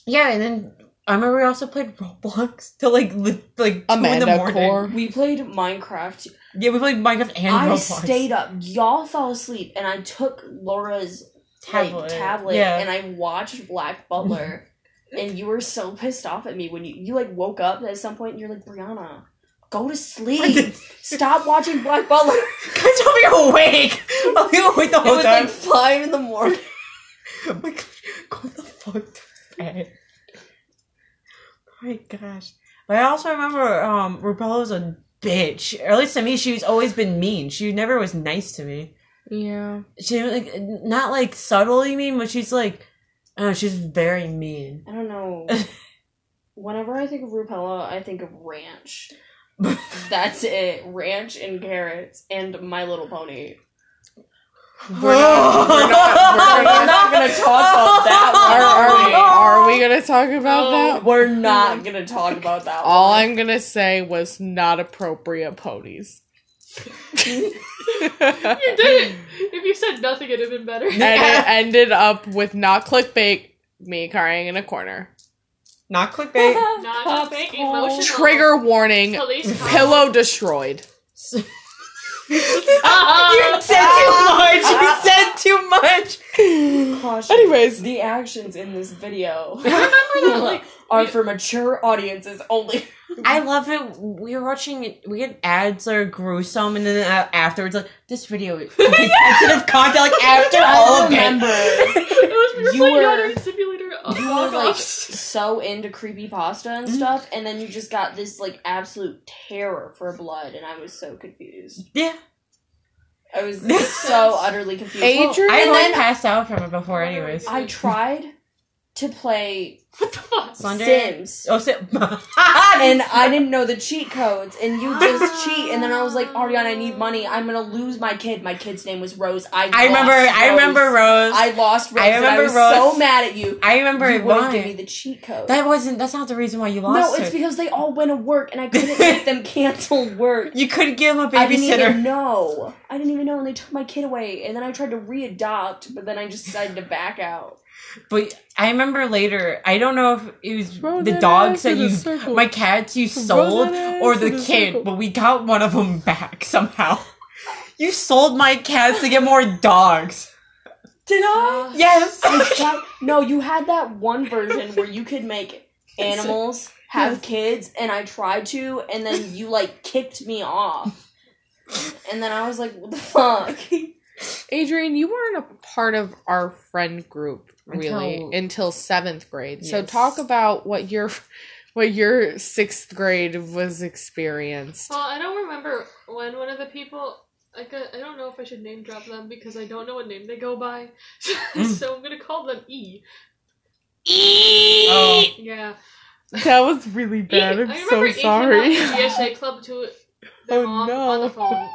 [SPEAKER 2] Yeah, and then I remember we also played Roblox till like li- like two in the
[SPEAKER 3] Amanda
[SPEAKER 2] morning.
[SPEAKER 3] Core.
[SPEAKER 4] we played Minecraft.
[SPEAKER 2] Yeah, we played Minecraft and
[SPEAKER 4] I
[SPEAKER 2] Roblox.
[SPEAKER 4] stayed up. Y'all fell asleep, and I took Laura's like, tablet,
[SPEAKER 2] Yeah. [laughs]
[SPEAKER 4] and I watched Black Butler. and you were so pissed off at me when you you like woke up at some point, and you're like Brianna. Go to sleep.
[SPEAKER 2] did.
[SPEAKER 4] Stop watching Black
[SPEAKER 2] [laughs]
[SPEAKER 4] Butler. it
[SPEAKER 2] Guys, I'll be awake. [laughs] I'll be awake the whole
[SPEAKER 4] was
[SPEAKER 2] time.
[SPEAKER 4] like five in the morning.
[SPEAKER 2] Oh my god, go the fuck to bed. Oh my gosh. But I also remember um Rubella was a bitch. Or at least to me, she's always been mean. She never was nice to me.
[SPEAKER 3] Yeah.
[SPEAKER 2] She like not like subtly mean, but she's like oh, she's very mean.
[SPEAKER 4] I don't [laughs] know. Whenever I think of Rupella, I think of [laughs] ranch. That's it. Ranch and carrots and My Little Pony.
[SPEAKER 3] We're not, we're not, we're
[SPEAKER 4] We're
[SPEAKER 3] not,
[SPEAKER 4] not gonna talk
[SPEAKER 2] Oh
[SPEAKER 4] about that
[SPEAKER 3] are, are we gonna talk about
[SPEAKER 4] one.
[SPEAKER 3] that?
[SPEAKER 4] We're not gonna talk about [laughs] that one.
[SPEAKER 3] All I'm gonna say was not
[SPEAKER 2] [laughs]
[SPEAKER 3] appropriate ponies. [laughs] and
[SPEAKER 1] You did it.
[SPEAKER 3] [gasps]
[SPEAKER 1] If you said nothing, it'd have been better.
[SPEAKER 3] it ended up with not clickbait, me crying in a corner.
[SPEAKER 2] Not
[SPEAKER 4] [laughs]
[SPEAKER 2] clickbait.
[SPEAKER 1] Not fake emotional.
[SPEAKER 3] Trigger warning,
[SPEAKER 1] Police call.
[SPEAKER 3] pillow destroyed. [laughs]
[SPEAKER 1] [laughs]
[SPEAKER 2] you said too much. You said too much.
[SPEAKER 4] Caution.
[SPEAKER 3] Anyways.
[SPEAKER 4] the actions in this [laughs] video
[SPEAKER 1] Remember that, like,
[SPEAKER 4] are for mature audiences [laughs] only.
[SPEAKER 2] I love it. We were watching it. We had ads that are gruesome, and then uh, afterwards, like this
[SPEAKER 4] [laughs]
[SPEAKER 2] video is sensitive content. Like after all
[SPEAKER 4] I
[SPEAKER 2] of it,
[SPEAKER 4] remember
[SPEAKER 1] it was we were
[SPEAKER 4] You
[SPEAKER 1] playing
[SPEAKER 4] were-
[SPEAKER 1] Yandere Simulator. Oh,
[SPEAKER 4] [laughs] you were
[SPEAKER 1] fuck
[SPEAKER 4] [laughs] like
[SPEAKER 1] off.
[SPEAKER 4] so into creepy pasta and stuff, and then you just got this like absolute terror for blood, and I was so confused.
[SPEAKER 2] yeah. [laughs]
[SPEAKER 4] I was so utterly confused.
[SPEAKER 3] Adrian-
[SPEAKER 2] Oh, I
[SPEAKER 4] and
[SPEAKER 2] always
[SPEAKER 4] then
[SPEAKER 2] passed out from it before, anyways.
[SPEAKER 4] I tried to play
[SPEAKER 1] [laughs] What the fuck?
[SPEAKER 2] Slender. [laughs]
[SPEAKER 4] Sims.
[SPEAKER 2] Oh, sit. Ah!
[SPEAKER 4] And I didn't know the cheat codes, and you just cheat. And then I was like, Ariana, I need money. I'm gonna lose my kid. My kid's name was Rose. I,
[SPEAKER 2] I remember.
[SPEAKER 4] lost
[SPEAKER 2] I remember
[SPEAKER 4] Rose.
[SPEAKER 2] Rose.
[SPEAKER 4] I lost Rose.
[SPEAKER 2] I
[SPEAKER 4] I remember
[SPEAKER 2] remember
[SPEAKER 4] I was
[SPEAKER 2] Rose.
[SPEAKER 4] so mad at you.
[SPEAKER 2] I remember
[SPEAKER 4] you
[SPEAKER 2] it.
[SPEAKER 4] wouldn't give
[SPEAKER 2] why.
[SPEAKER 4] me the cheat code.
[SPEAKER 2] That wasn't. That's not the reason why you
[SPEAKER 4] no,
[SPEAKER 2] lost
[SPEAKER 4] it's
[SPEAKER 2] it.
[SPEAKER 4] because they all went to work, and
[SPEAKER 2] [laughs]
[SPEAKER 4] I couldn't make them cancel work.
[SPEAKER 2] you couldn't give him a
[SPEAKER 4] I didn't even
[SPEAKER 2] babysitter.
[SPEAKER 4] know. I didn't even know, and they took my kid away. And then I tried to readopt, but then I just decided to back out.
[SPEAKER 2] But I remember later. I don't know if it was
[SPEAKER 3] Roll
[SPEAKER 2] the
[SPEAKER 3] that
[SPEAKER 2] dogs
[SPEAKER 3] ass
[SPEAKER 2] that
[SPEAKER 3] in a
[SPEAKER 2] you,
[SPEAKER 3] circle.
[SPEAKER 2] my cats you sold,
[SPEAKER 3] that
[SPEAKER 2] or
[SPEAKER 3] ass
[SPEAKER 2] the
[SPEAKER 3] in a
[SPEAKER 2] kid.
[SPEAKER 3] circle.
[SPEAKER 2] But we got one of them back somehow. [laughs] You sold my cats to get more dogs.
[SPEAKER 4] Did
[SPEAKER 1] I?
[SPEAKER 4] [laughs]
[SPEAKER 3] [laughs]
[SPEAKER 2] Yes.
[SPEAKER 4] I tried- no, Uh, you had that one version where you could [laughs] make animals have kids, and I tried to, and then you like kicked me off. And then I was like, what the fuck? [laughs]
[SPEAKER 3] Adrian, you weren't a part of our friend group really
[SPEAKER 2] Until-
[SPEAKER 3] until, seventh grade. So
[SPEAKER 2] Yes.
[SPEAKER 3] talk about what your what your sixth grade was experienced.
[SPEAKER 1] Well, I don't remember when one of the people. Like, uh, I I don't know if I should name drop them because I don't know what name they go by. [laughs]
[SPEAKER 3] Hmm.
[SPEAKER 1] so I'm gonna call them E.
[SPEAKER 2] Oh.
[SPEAKER 1] Yeah.
[SPEAKER 3] That was really bad.
[SPEAKER 1] E-
[SPEAKER 3] I'm
[SPEAKER 1] I
[SPEAKER 3] so
[SPEAKER 1] remember E
[SPEAKER 3] sorry. [laughs]
[SPEAKER 1] came out of the DSA club to their
[SPEAKER 3] Oh,
[SPEAKER 1] mom
[SPEAKER 3] no.
[SPEAKER 1] on the phone.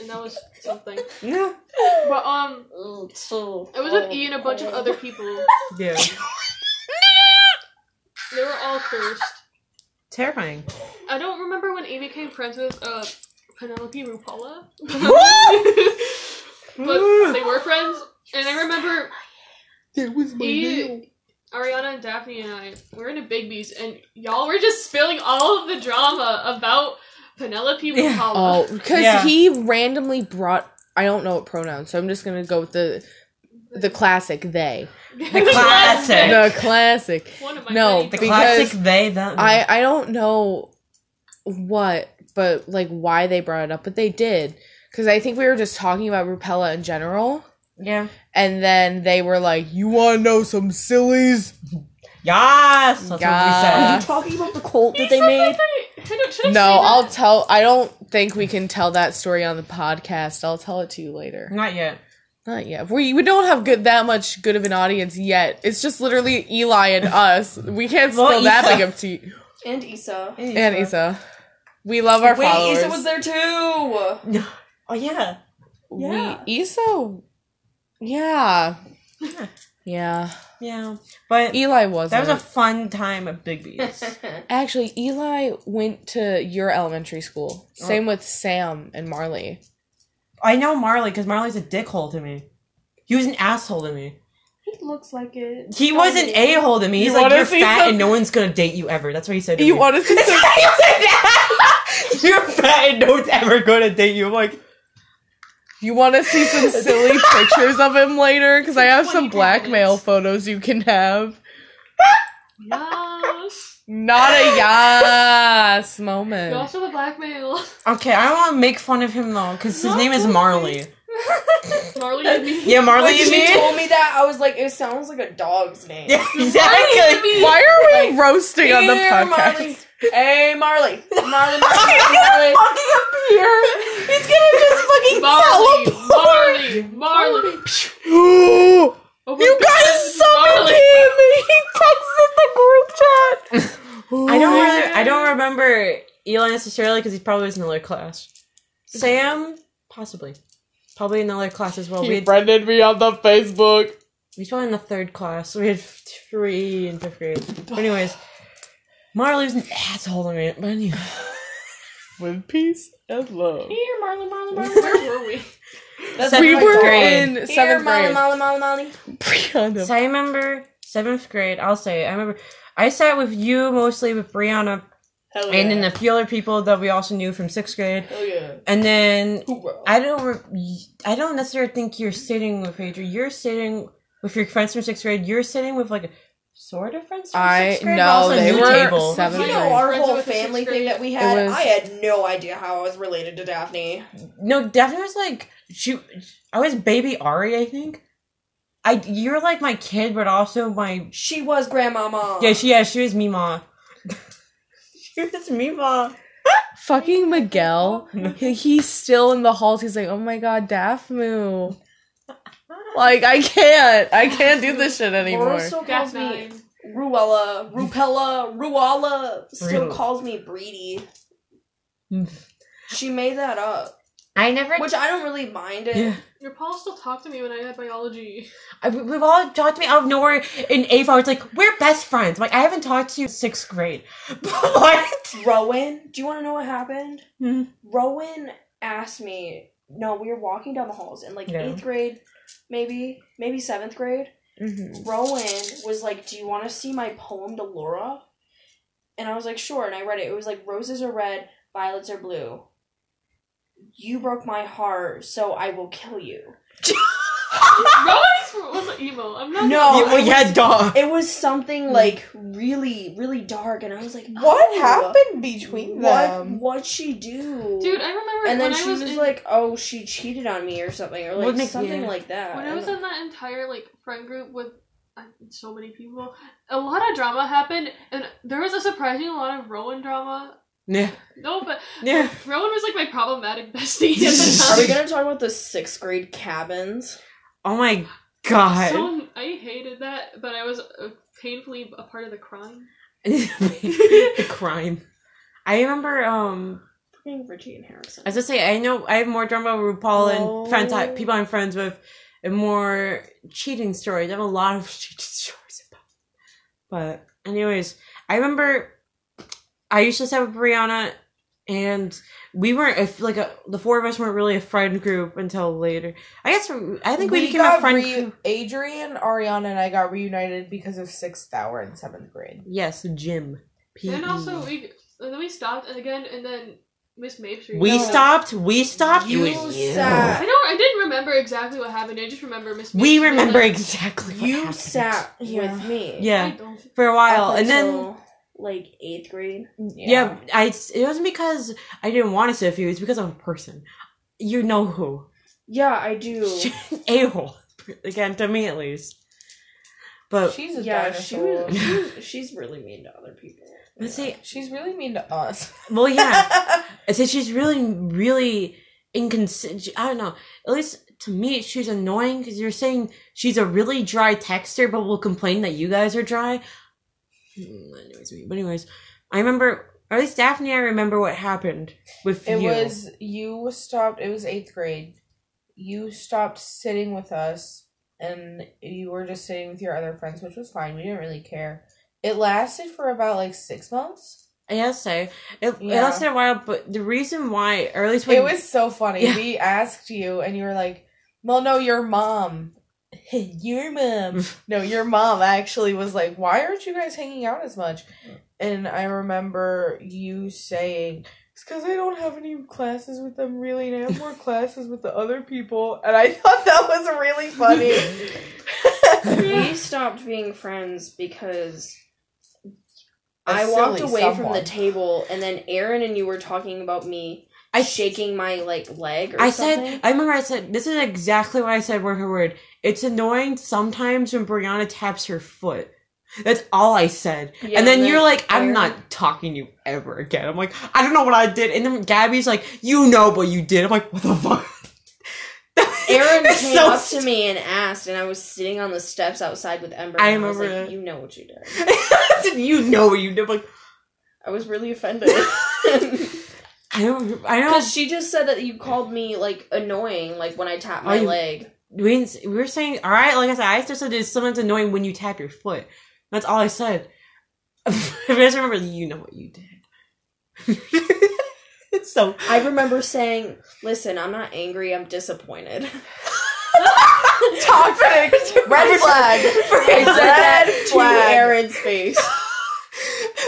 [SPEAKER 1] And that was something.
[SPEAKER 2] Yeah.
[SPEAKER 1] But um
[SPEAKER 4] Ugh, so
[SPEAKER 1] I was with E and a bunch of other people.
[SPEAKER 2] Yeah.
[SPEAKER 1] They were all cursed.
[SPEAKER 2] Terrifying.
[SPEAKER 1] I don't remember when E became friends with uh Penelope Rupala. but they were friends. And I remember
[SPEAKER 3] Mm. It was
[SPEAKER 1] E, Ariana, and Daphne and I were in a Big Bees, and y'all were just spilling all of the drama about Penelope
[SPEAKER 2] Yeah.
[SPEAKER 1] Rupala.
[SPEAKER 3] [laughs]
[SPEAKER 1] [laughs]
[SPEAKER 3] Oh, because
[SPEAKER 2] Yeah.
[SPEAKER 3] he randomly brought I don't know what pronoun, so I'm just gonna go with the the classic they.
[SPEAKER 1] the
[SPEAKER 2] classic.
[SPEAKER 1] [laughs]
[SPEAKER 3] The classic.
[SPEAKER 1] One of my
[SPEAKER 3] No,
[SPEAKER 1] many
[SPEAKER 2] The
[SPEAKER 1] jokes.
[SPEAKER 2] classic
[SPEAKER 3] Because
[SPEAKER 2] they them.
[SPEAKER 3] I I don't know what, but like why they brought it up, but they did because I think we were just talking about Rupella in general,
[SPEAKER 2] yeah.
[SPEAKER 3] and then they were like, "You want to know some sillies?"
[SPEAKER 2] Yes. That's
[SPEAKER 4] Are
[SPEAKER 3] Yeah.
[SPEAKER 4] you talking about the cult that
[SPEAKER 1] He
[SPEAKER 4] they
[SPEAKER 1] said
[SPEAKER 4] made?
[SPEAKER 1] that they- I don't- should I say
[SPEAKER 3] No,
[SPEAKER 1] that?
[SPEAKER 3] I'll tell. I don't think we can tell that story on the podcast. I'll tell it to you later.
[SPEAKER 2] what we said. [laughs] Not yet.
[SPEAKER 3] Not yet. We we don't have good that much good of an audience yet. It's just literally Eli and us. We can't spill
[SPEAKER 2] Well,
[SPEAKER 3] that
[SPEAKER 2] Issa.
[SPEAKER 3] big of tea.
[SPEAKER 4] And Issa.
[SPEAKER 3] And Isa, we love our followers.
[SPEAKER 4] there too!
[SPEAKER 2] Oh yeah.
[SPEAKER 4] Yeah.
[SPEAKER 3] We Isa. Yeah.
[SPEAKER 2] Yeah.
[SPEAKER 3] Yeah.
[SPEAKER 2] Yeah. But
[SPEAKER 3] Eli wasn't.
[SPEAKER 2] that was a fun time at Big B's.
[SPEAKER 3] Actually, Eli went to your elementary school.
[SPEAKER 2] Oh.
[SPEAKER 3] Same with Sam and Marley.
[SPEAKER 2] I know Marley because Marley's a dickhole to me. He was an asshole to me.
[SPEAKER 4] he looks like it.
[SPEAKER 2] He was an a hole to me. He's
[SPEAKER 3] You
[SPEAKER 2] like,
[SPEAKER 3] wanna
[SPEAKER 2] you're
[SPEAKER 3] see
[SPEAKER 2] fat
[SPEAKER 3] some-
[SPEAKER 2] and no one's gonna date you ever. That's what he said. To
[SPEAKER 3] You
[SPEAKER 2] me. [laughs]
[SPEAKER 3] wanted to
[SPEAKER 2] He said that! [laughs] You're fat and no one's ever gonna date you. I'm like,
[SPEAKER 3] you want to see some silly pictures of him later because I have some
[SPEAKER 1] 20
[SPEAKER 3] blackmail
[SPEAKER 1] minutes.
[SPEAKER 3] photos you can have.
[SPEAKER 1] Yes.
[SPEAKER 3] Not a yes
[SPEAKER 1] You
[SPEAKER 3] moment.
[SPEAKER 1] also the blackmail.
[SPEAKER 2] okay, I don't want to make fun of him though because his name is Marley.
[SPEAKER 1] [laughs] Marley and me.
[SPEAKER 2] Yeah, Marley
[SPEAKER 4] When
[SPEAKER 2] and
[SPEAKER 4] she
[SPEAKER 2] me.
[SPEAKER 4] told me that, I was like, it sounds like a dog's name.
[SPEAKER 2] [laughs] Yeah, [laughs] exactly.
[SPEAKER 3] Why are we roasting on the
[SPEAKER 4] Here, Marley.
[SPEAKER 3] podcast?
[SPEAKER 4] Hey, Marley. Marley, Marley, Marley.
[SPEAKER 2] fucking appear. [laughs] He's gonna just fucking
[SPEAKER 1] Marley,
[SPEAKER 2] [laughs]
[SPEAKER 1] Marley, Marley. [laughs] Oh my
[SPEAKER 3] [gasps] you
[SPEAKER 1] God,
[SPEAKER 3] guys summoned
[SPEAKER 1] Marley.
[SPEAKER 3] him and he texted the [laughs] group chat.
[SPEAKER 2] I don't. Really, I don't remember Eli necessarily because he probably was in another class. Sam, possibly, probably in another class as well. We
[SPEAKER 3] He
[SPEAKER 2] had,
[SPEAKER 3] friended me on the Facebook.
[SPEAKER 2] he's probably in the third class. We had three in fifth grade. But anyways, Marley was an asshole to me. But anyway,
[SPEAKER 3] with peace and love.
[SPEAKER 4] [laughs] Here, Marley, Marley, Marley.
[SPEAKER 1] Where [laughs] were we?
[SPEAKER 4] That's
[SPEAKER 3] we
[SPEAKER 2] Seventh
[SPEAKER 3] were
[SPEAKER 2] grade.
[SPEAKER 3] in
[SPEAKER 4] Here,
[SPEAKER 3] seventh
[SPEAKER 4] Molly,
[SPEAKER 3] grade.
[SPEAKER 4] Molly, Molly, Molly.
[SPEAKER 3] Brianna.
[SPEAKER 2] so I remember seventh grade. I'll say it. I remember. I sat with you mostly with Brianna
[SPEAKER 4] Hell
[SPEAKER 2] and then a few other people that we also knew from sixth grade.
[SPEAKER 4] Hell yeah.
[SPEAKER 2] And then
[SPEAKER 4] Hoorah.
[SPEAKER 2] I don't. Re- I don't necessarily think you're sitting with Adrian. You're sitting with your friends from sixth grade. You're sitting with like a sort of friends from
[SPEAKER 3] I
[SPEAKER 2] sixth grade. but
[SPEAKER 3] no,
[SPEAKER 2] also a
[SPEAKER 3] they
[SPEAKER 2] new
[SPEAKER 3] were
[SPEAKER 2] table.
[SPEAKER 3] seventh
[SPEAKER 4] You
[SPEAKER 1] Seventh grade.
[SPEAKER 4] know
[SPEAKER 3] grade.
[SPEAKER 4] our
[SPEAKER 1] Friends
[SPEAKER 4] whole
[SPEAKER 1] with the sixth
[SPEAKER 4] family
[SPEAKER 1] grade.
[SPEAKER 4] thing that we had.
[SPEAKER 3] It was-
[SPEAKER 4] I had no idea how I was related to Daphne.
[SPEAKER 2] No, Daphne was like she. I was baby Ari. I think. I you're like my kid, but also my
[SPEAKER 4] She was grandmama.
[SPEAKER 2] yeah. She yeah. She was Mima. she was Mima.
[SPEAKER 3] Fucking Miguel. He- He's still in the halls. He's like, oh my god, Daphmu. Like I can't. I can't do this shit anymore.
[SPEAKER 4] Laura still
[SPEAKER 1] Death
[SPEAKER 4] calls me
[SPEAKER 1] Nine.
[SPEAKER 4] Ruella, Rupella, Ruala. Still
[SPEAKER 2] Ruella.
[SPEAKER 4] calls me Breedy. She made that up,
[SPEAKER 2] [laughs] I never.
[SPEAKER 4] which I don't really mind it.
[SPEAKER 2] yeah.
[SPEAKER 1] Your Paul still talked to me when I had biology. [laughs]
[SPEAKER 2] I, we- we've all talked to me out of nowhere in eighth hour. It's like, we're best friends. Like, I haven't talked to you in sixth grade. [laughs] What?
[SPEAKER 4] Rowan, do you want to know what happened?
[SPEAKER 2] Hmm.
[SPEAKER 4] Rowan asked me. No, we were walking down the halls in like
[SPEAKER 2] Yeah.
[SPEAKER 4] eighth grade, maybe, maybe seventh grade.
[SPEAKER 3] Mm-hmm.
[SPEAKER 4] Rowan was like, "Do you want to see my poem to Laura?" And I was like, "Sure." And I read it. It was like, "Roses are red, violets are blue. You broke my heart, so I will kill you."
[SPEAKER 1] Rowan's was emo. I'm not.
[SPEAKER 4] No,
[SPEAKER 2] You- well,
[SPEAKER 4] it,
[SPEAKER 2] yeah, dog.
[SPEAKER 4] was, it was something like really, really dark, and I was like,
[SPEAKER 3] Hmm. What
[SPEAKER 4] "Oh,
[SPEAKER 3] happened between
[SPEAKER 4] What?
[SPEAKER 3] them?
[SPEAKER 4] What she do?"
[SPEAKER 1] Dude, I remember
[SPEAKER 4] and then
[SPEAKER 1] when
[SPEAKER 4] she
[SPEAKER 1] I was,
[SPEAKER 4] was,
[SPEAKER 1] in,
[SPEAKER 4] like, "Oh, she cheated on me or something, or like
[SPEAKER 2] What makes-
[SPEAKER 4] something
[SPEAKER 2] yeah.
[SPEAKER 4] like that."
[SPEAKER 1] when I
[SPEAKER 4] And
[SPEAKER 1] was in that entire like friend group with uh, so many people, a lot of drama happened, and there was a surprising amount of Rowan drama.
[SPEAKER 2] Yeah.
[SPEAKER 1] No, but
[SPEAKER 2] Yeah.
[SPEAKER 1] Rowan was like my problematic bestie at
[SPEAKER 4] [laughs] Are we
[SPEAKER 1] the time.
[SPEAKER 4] gonna talk about the sixth grade cabins?
[SPEAKER 2] Oh my god.
[SPEAKER 1] So um, I hated that, but I was uh, painfully a part of the crime.
[SPEAKER 2] [laughs] the crime. I remember, um,
[SPEAKER 4] Fucking Regine Harrison.
[SPEAKER 2] As I say, I know I have more drama with RuPaul and friends I,
[SPEAKER 3] No.
[SPEAKER 2] people I'm friends with, and more cheating stories. I have a lot of [laughs] cheating stories about. But anyways, I remember I used to sit with Brianna, and we weren't if like a, the four of us weren't really a friend group until later. I guess I think we, became a friend.
[SPEAKER 3] reu-
[SPEAKER 2] group.
[SPEAKER 3] Adrian, Ariana, and I got reunited because of sixth hour and seventh grade.
[SPEAKER 2] Yes, Jim. E. P.E..
[SPEAKER 1] And also we and then we stopped, and again, and then Miss Mapes.
[SPEAKER 2] we
[SPEAKER 1] reunited.
[SPEAKER 2] stopped. We stopped.
[SPEAKER 3] You
[SPEAKER 2] it was
[SPEAKER 3] sat-
[SPEAKER 1] I don't. I didn't remember exactly what happened. I just remember Miss.
[SPEAKER 2] We
[SPEAKER 1] Mapes
[SPEAKER 2] remember
[SPEAKER 1] reunited.
[SPEAKER 2] exactly. what
[SPEAKER 4] You
[SPEAKER 2] happened.
[SPEAKER 4] sat
[SPEAKER 3] Yeah.
[SPEAKER 4] with me.
[SPEAKER 1] I
[SPEAKER 2] Yeah,
[SPEAKER 1] don't.
[SPEAKER 2] for a while,
[SPEAKER 4] up
[SPEAKER 2] and then.
[SPEAKER 4] until, like eighth grade.
[SPEAKER 2] Yeah, I. It wasn't because I didn't want to sit with you. It's because I'm a person. You know who? [laughs]
[SPEAKER 4] Yeah, I do.
[SPEAKER 2] A hole. Again, to me at least. But
[SPEAKER 3] she's a
[SPEAKER 4] yeah, she
[SPEAKER 3] dinosaur.
[SPEAKER 4] was, she
[SPEAKER 2] [laughs]
[SPEAKER 4] was- She's really mean to other people.
[SPEAKER 2] but see,
[SPEAKER 3] She's really mean to us.
[SPEAKER 2] [laughs] well, yeah.
[SPEAKER 3] [laughs]
[SPEAKER 2] I said she's really, really inconsistent. I don't know. At least to me, she's annoying because you're saying she's a really dry texter, but will complain that you guys are dry. Hmm, That annoys me. But anyways, I remember. Or at least Daphne, I remember what happened with
[SPEAKER 3] It
[SPEAKER 2] you.
[SPEAKER 3] was you stopped. It was eighth grade. You stopped sitting with us, and you were just sitting with your other friends, which was fine. We didn't really care. It lasted for about like six months.
[SPEAKER 2] I guess so. It, it
[SPEAKER 3] Yeah.
[SPEAKER 2] lasted a while, but the reason why, or at least when
[SPEAKER 3] It was so funny.
[SPEAKER 2] Yeah.
[SPEAKER 3] We asked you, and you were like, "Well, no, your mom." [laughs] Your [laughs] mom. No, your mom actually was like, Why aren't you guys hanging out as much? And I remember you saying, It's because I don't have any classes with them really, and I have [laughs] more classes with the other people. And I [laughs] thought that was really funny.
[SPEAKER 4] we stopped being friends because
[SPEAKER 3] A
[SPEAKER 4] I walked
[SPEAKER 3] silly
[SPEAKER 4] away from
[SPEAKER 3] someone.
[SPEAKER 4] the table, and then Aaron and you were talking about me
[SPEAKER 2] I
[SPEAKER 4] shaking my like leg. Or
[SPEAKER 2] I
[SPEAKER 4] something.
[SPEAKER 2] said, I remember I said, this is exactly what I said word for word. It's annoying sometimes when Brianna taps her foot. That's all I said.
[SPEAKER 4] Yeah,
[SPEAKER 2] and then
[SPEAKER 4] and
[SPEAKER 2] you're
[SPEAKER 4] then
[SPEAKER 2] like, I'm
[SPEAKER 4] Aaron-
[SPEAKER 2] not talking to you ever again. I'm like, I don't know what I did. And then Gabby's like, you know what you did. I'm like, what the fuck? [laughs]
[SPEAKER 4] Aaron
[SPEAKER 2] It's
[SPEAKER 4] came
[SPEAKER 2] so
[SPEAKER 4] up to me and asked, and I was sitting on the steps outside with Ember.
[SPEAKER 2] I
[SPEAKER 4] and was
[SPEAKER 2] remember
[SPEAKER 4] like,
[SPEAKER 2] that.
[SPEAKER 4] you know what you did.
[SPEAKER 2] [laughs] I said, you know what you did. I'm like,
[SPEAKER 4] I was really offended.
[SPEAKER 2] [laughs]
[SPEAKER 4] [laughs]
[SPEAKER 2] I don't, I don't.
[SPEAKER 4] Because she just said that you called me like annoying, like when I tap
[SPEAKER 2] Oh,
[SPEAKER 4] my
[SPEAKER 2] you-
[SPEAKER 4] leg.
[SPEAKER 2] we didn't, we were saying all right like i said i just said it's sometimes annoying when you tap your foot that's all i said [laughs] i just remember you know what you [laughs] did so
[SPEAKER 4] I [laughs] remember saying, "Listen, I'm not angry. I'm
[SPEAKER 3] [laughs]
[SPEAKER 4] disappointed." [laughs]
[SPEAKER 3] Toxic. [laughs] Red flag.
[SPEAKER 4] I said that
[SPEAKER 3] [laughs] Red
[SPEAKER 4] to
[SPEAKER 3] flag.
[SPEAKER 4] Aaron's face.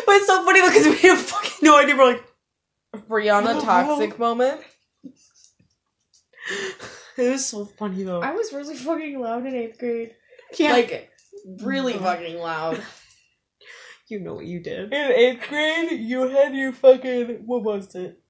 [SPEAKER 2] but it's so funny because we have fucking no idea we're like
[SPEAKER 3] Brianna
[SPEAKER 2] Oh,
[SPEAKER 3] [laughs] toxic moment.
[SPEAKER 2] it was so funny though
[SPEAKER 4] [laughs] I was really fucking loud in eighth grade.
[SPEAKER 2] yeah like
[SPEAKER 4] Like really fucking loud.
[SPEAKER 2] you know what you did
[SPEAKER 3] In eighth grade, you had your fucking what was it?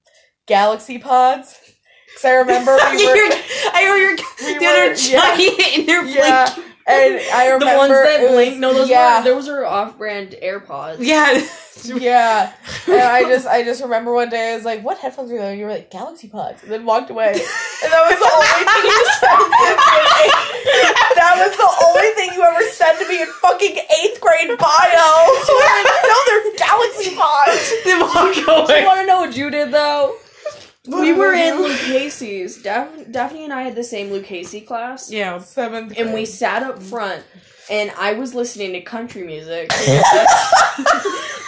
[SPEAKER 3] Galaxy pods.
[SPEAKER 2] [laughs]
[SPEAKER 4] [laughs]
[SPEAKER 3] Cause I remember we were
[SPEAKER 2] You're- I remember you're,
[SPEAKER 3] we
[SPEAKER 2] the other
[SPEAKER 3] were- yeah.
[SPEAKER 2] giant in their
[SPEAKER 3] yeah,
[SPEAKER 2] yeah.
[SPEAKER 4] [laughs]
[SPEAKER 3] And I remember
[SPEAKER 4] [laughs] the ones that
[SPEAKER 3] it was-
[SPEAKER 4] blink. No, those
[SPEAKER 3] yeah,
[SPEAKER 4] were those were off-brand AirPods.
[SPEAKER 2] Yeah.
[SPEAKER 3] [laughs]
[SPEAKER 2] [laughs]
[SPEAKER 3] yeah. And
[SPEAKER 4] [laughs]
[SPEAKER 3] I just I just remember one day I was like, "What headphones are those?" And you were like, "Galaxy Pods," and then walked away. And that was the only thing you said.
[SPEAKER 4] [laughs]
[SPEAKER 3] in fucking- that was the only thing you ever said to me in fucking eighth grade
[SPEAKER 4] [laughs]
[SPEAKER 3] bio. [laughs] You were like, no, they're Galaxy Pods.
[SPEAKER 2] They walk
[SPEAKER 4] I
[SPEAKER 2] away.
[SPEAKER 4] want to know what you did though. We were in Lucchese's. Daph- Daphne and I had the same Lucchese class.
[SPEAKER 2] Yeah.
[SPEAKER 3] [laughs] Seventh.
[SPEAKER 4] and we sat up front and I was listening to country music.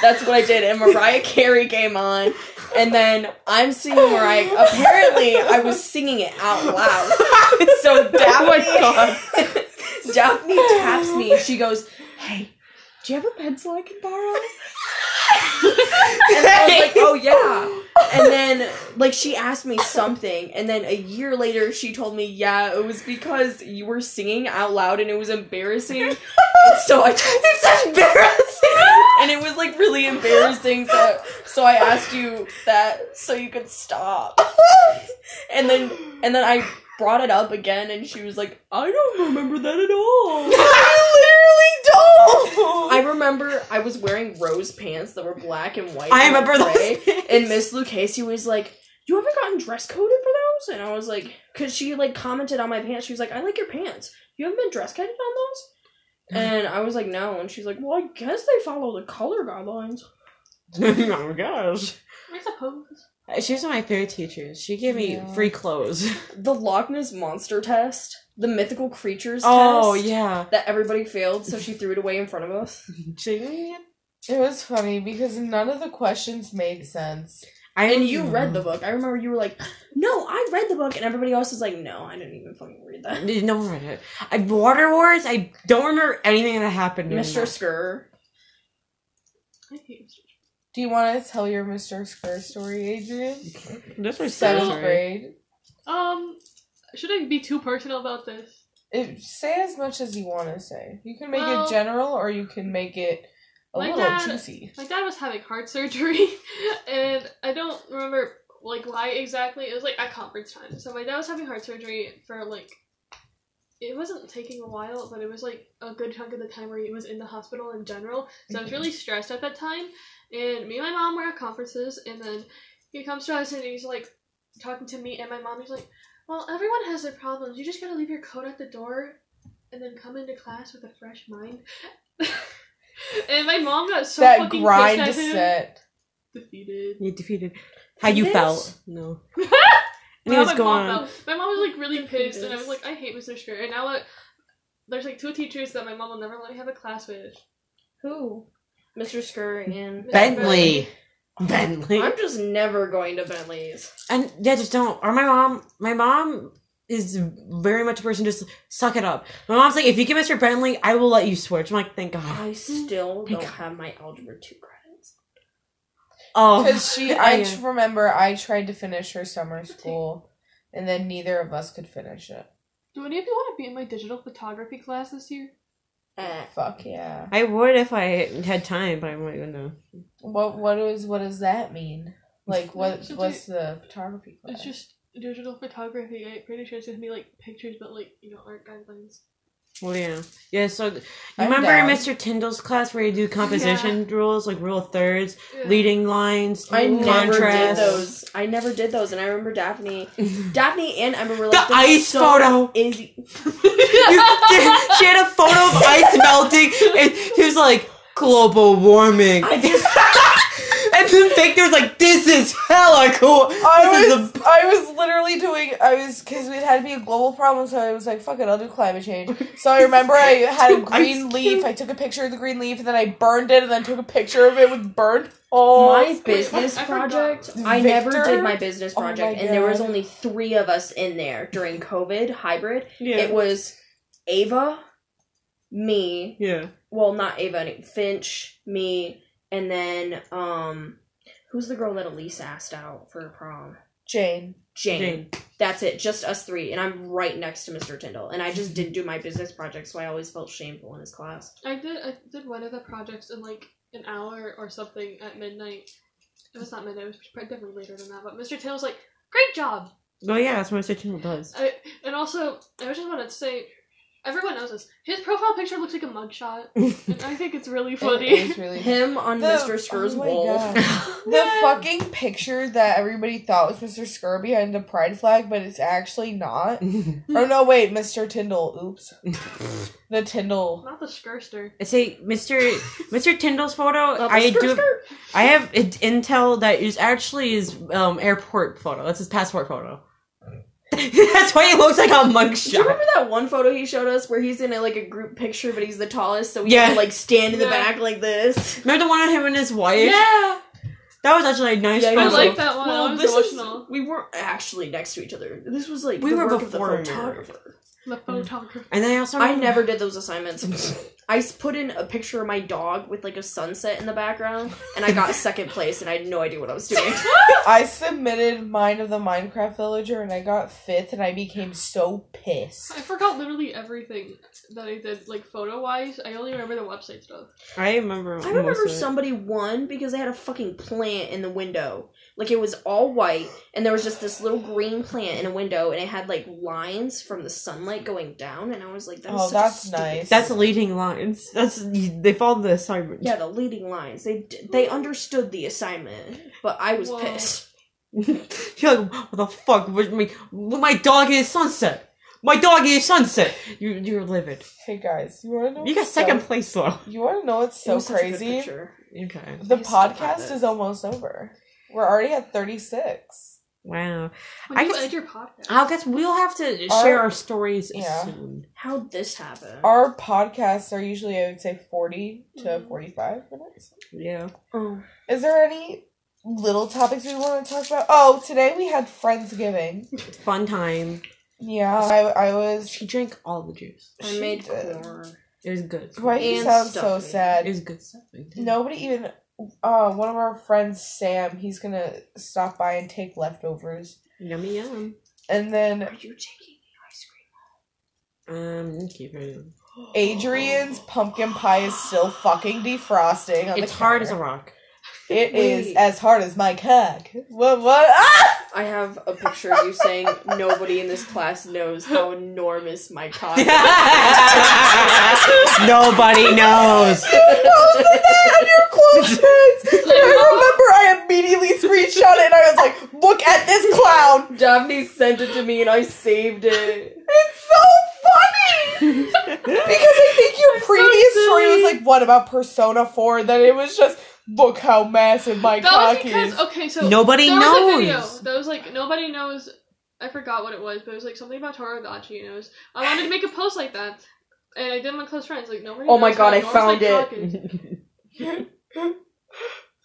[SPEAKER 4] That's what I did. And Mariah Carey came on. And then I'm singing Mariah. Apparently, I was singing it out loud. So Daphne, Daphne taps me. and She goes, "Hey, do you have a pencil I can borrow?" And I was like, "Oh yeah." And then, like, she asked me something, and then a year later, she told me, "Yeah, it was because you were singing out loud, and it was embarrassing." And so I, it's embarrassing, and it was like really embarrassing. So, so I asked you that so you could stop, and then, and then I brought it up again, and she was like, "I don't remember that at all."
[SPEAKER 3] I literally don't.
[SPEAKER 4] I remember I was wearing rose pants that were black and white.
[SPEAKER 2] I
[SPEAKER 4] and
[SPEAKER 2] remember
[SPEAKER 4] gray,
[SPEAKER 2] those.
[SPEAKER 4] And Miss Lucchese was like, "You ever gotten dress coded for those?" And I was like, "Cause she like commented on my pants. She was like, "I like your pants. You haven't been dress coded on
[SPEAKER 2] [sighs]
[SPEAKER 4] those." And I was like, "No." And she's like, "Well, I guess they follow the color guidelines."
[SPEAKER 2] [laughs] oh my gosh.
[SPEAKER 1] I suppose.
[SPEAKER 2] She was one of my favorite teachers. She gave me
[SPEAKER 3] Yeah.
[SPEAKER 2] free clothes. [laughs]
[SPEAKER 4] The Loch Ness monster test, the mythical creatures
[SPEAKER 2] Oh
[SPEAKER 4] test
[SPEAKER 2] yeah.
[SPEAKER 4] that everybody failed, so she threw it away in front
[SPEAKER 2] [laughs]
[SPEAKER 4] of us.
[SPEAKER 2] She-
[SPEAKER 3] It was funny because none of the questions made sense.
[SPEAKER 2] I
[SPEAKER 4] And you read the book. I remember you were like, "No, I read the book," and everybody else was like, "No, I didn't even fucking read that."
[SPEAKER 2] No one read it. I Water Wars. I don't remember anything that happened. during
[SPEAKER 4] Mr. Skur.
[SPEAKER 1] I hate Mr.
[SPEAKER 3] Do you want to tell your Mr. Square story, Adrian?
[SPEAKER 2] that. That's my
[SPEAKER 3] Seventh
[SPEAKER 2] seventh grade.
[SPEAKER 3] grade.
[SPEAKER 1] Um, should I be too personal about this?
[SPEAKER 3] It, say as much as you want to say. You can make
[SPEAKER 1] Well-
[SPEAKER 3] it general, or you can make it a
[SPEAKER 1] My
[SPEAKER 3] little
[SPEAKER 1] dad-
[SPEAKER 3] juicy.
[SPEAKER 1] My dad was having heart surgery, [laughs] and I don't remember like why exactly. It was like at conference time, so my dad was having heart surgery for like. It wasn't taking a while, but it was like a good chunk of the time where he was in the hospital in general. So I was really stressed at that time. And me and my mom were at conferences, and then he comes to us and he's like talking to me and my mom. He's like, "Well, everyone has their problems. You just gotta leave your coat at the door, and then come into class with a fresh mind." [laughs] and my mom got so
[SPEAKER 3] that
[SPEAKER 1] fucking
[SPEAKER 3] grind
[SPEAKER 1] pissed at him.
[SPEAKER 3] set.
[SPEAKER 1] Defeated.
[SPEAKER 2] You defeated. How you
[SPEAKER 4] This-
[SPEAKER 2] felt? [laughs] No.
[SPEAKER 1] Well,
[SPEAKER 2] Anyways,
[SPEAKER 1] my
[SPEAKER 2] go
[SPEAKER 1] mom
[SPEAKER 2] on.
[SPEAKER 1] felt- My mom was like really pissed, and I was like,
[SPEAKER 4] Defeatist.
[SPEAKER 1] "I hate Mr. Skirt." And now uh, there's like two teachers that my mom will never let me have a class with.
[SPEAKER 4] Who? Mr. Skur and
[SPEAKER 2] Bentley. Bentley.
[SPEAKER 4] I'm just never going to Bentley's.
[SPEAKER 2] And yeah, just don't. Or my mom. My mom is very much a person just suck it up. My mom's like, if you give us your Bentley, I will let you switch. I'm like, thank God.
[SPEAKER 4] I still
[SPEAKER 2] Thank
[SPEAKER 4] don't
[SPEAKER 2] Ah. God.
[SPEAKER 4] have my algebra two credits.
[SPEAKER 2] Oh,
[SPEAKER 3] Because
[SPEAKER 1] [laughs]
[SPEAKER 3] she, I
[SPEAKER 2] yeah.
[SPEAKER 3] tr- remember, I tried to finish her summer school, and then neither of us could finish it.
[SPEAKER 1] Do any of you want to be in my digital photography class this year?
[SPEAKER 4] Eh.
[SPEAKER 3] Fuck yeah.
[SPEAKER 2] I would if I had time, but I'm not gonna.
[SPEAKER 3] What what is what does that mean? Like
[SPEAKER 1] [laughs]
[SPEAKER 3] what
[SPEAKER 1] Should
[SPEAKER 3] what's the photography class?
[SPEAKER 1] It's just digital photography. I'm pretty sure it's gonna be like pictures, but like you know, art guidelines.
[SPEAKER 2] Well, yeah, yeah. So you
[SPEAKER 3] I'm
[SPEAKER 2] remember
[SPEAKER 3] down.
[SPEAKER 2] Mr. Tyndall's class where you do composition rules, like rule of thirds, leading lines,
[SPEAKER 4] I never did
[SPEAKER 2] contrast,
[SPEAKER 4] those. I never did those, and I remember Daphne.
[SPEAKER 2] the
[SPEAKER 4] Daphne and Emma were like, "That's
[SPEAKER 2] ice
[SPEAKER 4] so [laughs]
[SPEAKER 2] photo.
[SPEAKER 4] Easy.
[SPEAKER 2] You did- she had a photo of ice melting, and she was like, "Global warming."
[SPEAKER 4] I just
[SPEAKER 2] [laughs] and then Victor's like, "This is hella cool.
[SPEAKER 3] I
[SPEAKER 2] This
[SPEAKER 3] was, I was literally doing, I was, because it had to be a global problem, so I was like, fuck it, I'll do climate change. So I remember I
[SPEAKER 2] [laughs]
[SPEAKER 3] had a
[SPEAKER 2] Dude, I
[SPEAKER 3] green
[SPEAKER 2] can't-
[SPEAKER 3] leaf, I took a picture of the green leaf, and then I burned it, and then took a picture of it with burnt holes.
[SPEAKER 4] my business
[SPEAKER 1] I forgot.
[SPEAKER 4] project. I never
[SPEAKER 3] Victor?
[SPEAKER 4] did my business
[SPEAKER 3] Oh my
[SPEAKER 4] project, and there was
[SPEAKER 3] God.
[SPEAKER 4] only three of us in there during COVID hybrid.
[SPEAKER 2] yeah,
[SPEAKER 4] It was Ava, me,
[SPEAKER 2] yeah.
[SPEAKER 4] well not Ava any- Finch, me, and then um who's the girl that Elise asked out for prom?
[SPEAKER 3] Jane.
[SPEAKER 4] Jane.
[SPEAKER 2] Jane.
[SPEAKER 4] That's it, just us three, and I'm right next to Mr. Tyndall. And I just didn't do my business project, so I always felt shameful in his class.
[SPEAKER 1] I did. I did one of the projects in like an hour or something at midnight. It was not midnight. It was probably definitely later than that. But Mr. Taylor's like, "Great job!"
[SPEAKER 2] Oh yeah, that's what Mr. Tyndall does. [laughs]
[SPEAKER 1] I, and also, I just wanted to say, Everyone knows this. His profile picture looks like a mugshot. and I think it's really funny.
[SPEAKER 4] It
[SPEAKER 2] [laughs]
[SPEAKER 4] is really
[SPEAKER 5] Him on
[SPEAKER 3] The-
[SPEAKER 5] Mr. Screw's
[SPEAKER 3] oh my
[SPEAKER 5] wall.
[SPEAKER 3] God. The fucking picture that everybody thought was Mr. Scurr behind the pride flag, but it's
[SPEAKER 2] [laughs]
[SPEAKER 3] actually not. oh no, wait, Mr. Tyndall. Oops. the Tyndall.
[SPEAKER 1] [laughs] Not the skirster.
[SPEAKER 2] I say,
[SPEAKER 4] [laughs]
[SPEAKER 2] Mister Mister Tyndall's photo.
[SPEAKER 4] Well,
[SPEAKER 2] I
[SPEAKER 4] skirt,
[SPEAKER 2] do.
[SPEAKER 4] skirt.
[SPEAKER 2] I have it, intel that is actually his um, airport photo. That's his passport photo. [laughs] That's why he looks like a
[SPEAKER 4] [laughs] Do you [laughs]
[SPEAKER 2] mugshot.
[SPEAKER 4] remember that one photo he showed us where he's in a, like a group picture, but he's the tallest, so we
[SPEAKER 2] Yeah.
[SPEAKER 4] have to like stand in the
[SPEAKER 1] Yeah.
[SPEAKER 4] back like this.
[SPEAKER 2] Remember the one of him and his wife?
[SPEAKER 4] Yeah,
[SPEAKER 2] That was actually a nice
[SPEAKER 4] Yeah, I
[SPEAKER 1] I
[SPEAKER 2] photo.
[SPEAKER 1] like that one.
[SPEAKER 4] Well,
[SPEAKER 1] that
[SPEAKER 4] this
[SPEAKER 1] was
[SPEAKER 4] is-
[SPEAKER 1] emotional.
[SPEAKER 4] we weren't actually next to each other. This was like
[SPEAKER 2] We
[SPEAKER 4] the
[SPEAKER 2] were
[SPEAKER 4] work
[SPEAKER 2] before
[SPEAKER 4] of the
[SPEAKER 2] we were-
[SPEAKER 4] photographer.
[SPEAKER 1] The photographer.
[SPEAKER 2] And then I also
[SPEAKER 4] I never did
[SPEAKER 3] [laughs]
[SPEAKER 4] those assignments. I s- put in a picture of my dog with like a sunset in the background, and I got second place, and I had no idea what I
[SPEAKER 3] [laughs]
[SPEAKER 4] was doing.
[SPEAKER 3] I submitted mine of the Minecraft villager and I got fifth and I became so pissed.
[SPEAKER 1] I forgot literally everything that I did, like photo wise. I only remember the website stuff.
[SPEAKER 2] I remember.
[SPEAKER 4] I remember
[SPEAKER 2] most of it.
[SPEAKER 4] somebody won because they had a fucking plant in the window. Like it was all white, and there was just this little green plant in a window, and it had like lines from the sunlight going down. And I was like, that is
[SPEAKER 3] Oh,
[SPEAKER 4] such a
[SPEAKER 3] that's
[SPEAKER 4] stupid-
[SPEAKER 3] nice.
[SPEAKER 2] That's leading lines. That's they follow the assignment.
[SPEAKER 4] Yeah, the leading lines. They d- they understood the assignment, but I was
[SPEAKER 1] Whoa.
[SPEAKER 4] pissed.
[SPEAKER 2] [laughs] You're like, what the fuck? With my, with my dog is sunset. My dog is sunset. You, you're livid.
[SPEAKER 3] Hey guys, you wanna know?
[SPEAKER 2] You got
[SPEAKER 3] what's
[SPEAKER 2] second
[SPEAKER 3] So,
[SPEAKER 2] place though.
[SPEAKER 3] you wanna know what's
[SPEAKER 4] It
[SPEAKER 3] so
[SPEAKER 4] was such a good
[SPEAKER 3] crazy?
[SPEAKER 4] picture.
[SPEAKER 2] Okay.
[SPEAKER 3] The
[SPEAKER 4] I still have
[SPEAKER 3] podcast
[SPEAKER 4] it.
[SPEAKER 3] is almost over. We're already at thirty six.
[SPEAKER 2] Wow.
[SPEAKER 1] When
[SPEAKER 2] I
[SPEAKER 1] you
[SPEAKER 2] guess-
[SPEAKER 1] edit your podcast.
[SPEAKER 2] I guess we'll have to
[SPEAKER 3] Our-
[SPEAKER 2] share our stories
[SPEAKER 3] yeah.
[SPEAKER 2] soon.
[SPEAKER 4] How'd this happen?
[SPEAKER 3] Our podcasts are usually I would say forty to
[SPEAKER 4] Mm-hmm.
[SPEAKER 1] Mhm.
[SPEAKER 3] forty five minutes.
[SPEAKER 2] Yeah.
[SPEAKER 4] Oh.
[SPEAKER 3] Is there any little topics we want to talk about? Oh, today we had Friendsgiving.
[SPEAKER 2] Fun time.
[SPEAKER 3] Yeah, I, I was.
[SPEAKER 2] She drank all the juice.
[SPEAKER 4] I
[SPEAKER 3] she
[SPEAKER 4] made
[SPEAKER 3] did.
[SPEAKER 4] corn.
[SPEAKER 2] It was good.
[SPEAKER 3] Why do you
[SPEAKER 4] And
[SPEAKER 3] sound so
[SPEAKER 4] stuffing.
[SPEAKER 2] It
[SPEAKER 3] sad?
[SPEAKER 2] was good stuff.
[SPEAKER 3] [laughs] Nobody even. Uh, one of our friends, Sam, he's gonna stop by and take leftovers,
[SPEAKER 2] Yummy yum.
[SPEAKER 3] and
[SPEAKER 4] Are
[SPEAKER 3] then
[SPEAKER 4] you taking the ice cream?
[SPEAKER 2] Um, keep it. in.
[SPEAKER 3] Adrian's pumpkin pie is still fucking defrosting. On
[SPEAKER 2] It's
[SPEAKER 3] the
[SPEAKER 2] hard as a
[SPEAKER 3] counter.
[SPEAKER 2] rock.
[SPEAKER 3] It is
[SPEAKER 4] Wait.
[SPEAKER 3] as hard as my cock. What? What? Ah!
[SPEAKER 4] I have a picture of you saying nobody in this class knows how enormous
[SPEAKER 3] [laughs]
[SPEAKER 4] my cock is.
[SPEAKER 2] Nobody
[SPEAKER 3] [laughs]
[SPEAKER 2] knows.
[SPEAKER 3] You posted that on your close friends. And
[SPEAKER 4] [laughs]
[SPEAKER 3] I remember I immediately screenshot it and I was like, "Look at this clown."
[SPEAKER 4] Daphne sent it to me and I saved it.
[SPEAKER 3] It's so funny because I think your previous story was like, "What about Persona 4?" Then it was just, "Look how massive my
[SPEAKER 1] that was
[SPEAKER 3] cock
[SPEAKER 1] because
[SPEAKER 3] is."
[SPEAKER 1] okay, so
[SPEAKER 2] Nobody
[SPEAKER 1] there was a video
[SPEAKER 2] knows.
[SPEAKER 1] that was like nobody knows. I forgot what it was, but it was like something about Tomodachi, and it was I wanted to make a post like that, and I did my close friends like nobody.
[SPEAKER 4] Oh my
[SPEAKER 1] knows
[SPEAKER 4] God,
[SPEAKER 1] how
[SPEAKER 4] I
[SPEAKER 1] enormous
[SPEAKER 4] found
[SPEAKER 1] my
[SPEAKER 4] it.
[SPEAKER 1] cock is.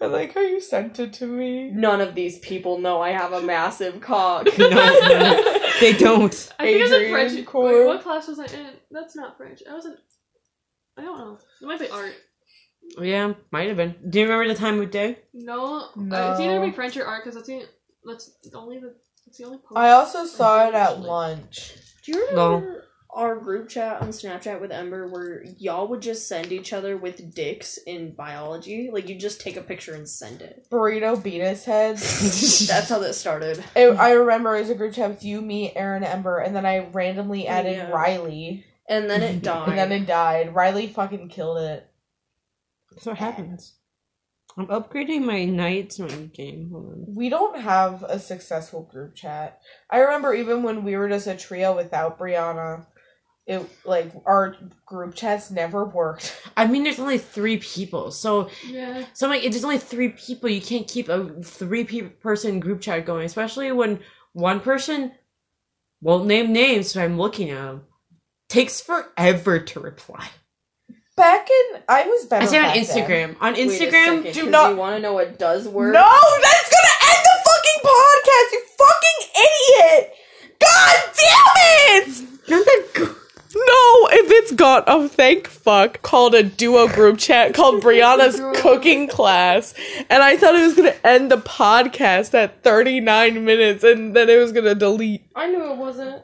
[SPEAKER 3] I like how you sent it to me.
[SPEAKER 4] None of these people know I have a massive cock.
[SPEAKER 2] No, no. They don't.
[SPEAKER 1] I think it was in
[SPEAKER 3] Adrian
[SPEAKER 1] French.
[SPEAKER 3] Core.
[SPEAKER 1] Wait, what class was I in? That's not French. I wasn't. I don't know. It might be art.
[SPEAKER 2] Yeah, might have been. Do you remember the time of day?
[SPEAKER 1] No, uh, it's either
[SPEAKER 3] No.
[SPEAKER 1] be French or art because that's the that's the only the that's the only. Post.
[SPEAKER 3] I also saw it at
[SPEAKER 1] actually.
[SPEAKER 3] lunch.
[SPEAKER 4] Do you
[SPEAKER 2] No.
[SPEAKER 4] remember our group chat on Snapchat with Ember where y'all would just send each other with dicks in biology? Like you just take a picture and send
[SPEAKER 3] [laughs]
[SPEAKER 4] it.
[SPEAKER 3] Burrito beat his head.
[SPEAKER 4] That's how that started.
[SPEAKER 3] It- I remember it was a group chat with you, me, Aaron, Ember, and then I randomly added
[SPEAKER 4] Yeah.
[SPEAKER 3] Riley,
[SPEAKER 4] And then it died.
[SPEAKER 3] and then it died. Riley fucking killed it.
[SPEAKER 2] That's what happens. I'm upgrading my knights my game. Hold
[SPEAKER 3] We don't have a successful group chat. I remember even when we were just a trio without Brianna, it like our group chats never worked.
[SPEAKER 2] on. I mean, there's only three people, so
[SPEAKER 1] yeah.
[SPEAKER 2] so like, if there's only three people, you can't keep a three pe- person group chat going, especially when one person won't name names. So I'm looking at them. Takes forever to reply.
[SPEAKER 3] Back in I was better.
[SPEAKER 2] I say on
[SPEAKER 3] back then.
[SPEAKER 2] Instagram. On
[SPEAKER 4] Wait a
[SPEAKER 2] Instagram,
[SPEAKER 4] second,
[SPEAKER 3] do
[SPEAKER 4] 'cause
[SPEAKER 3] not-
[SPEAKER 4] You want to know what does work?
[SPEAKER 3] No, that's gonna end the fucking podcast. You fucking idiot! God damn it!
[SPEAKER 2] not that good.
[SPEAKER 3] No, if it's got a thank fuck called a duo group chat called
[SPEAKER 2] [laughs]
[SPEAKER 3] Brianna's cooking class, and I thought it was gonna end the podcast at 39 minutes and then it was gonna delete.
[SPEAKER 4] I knew it wasn't.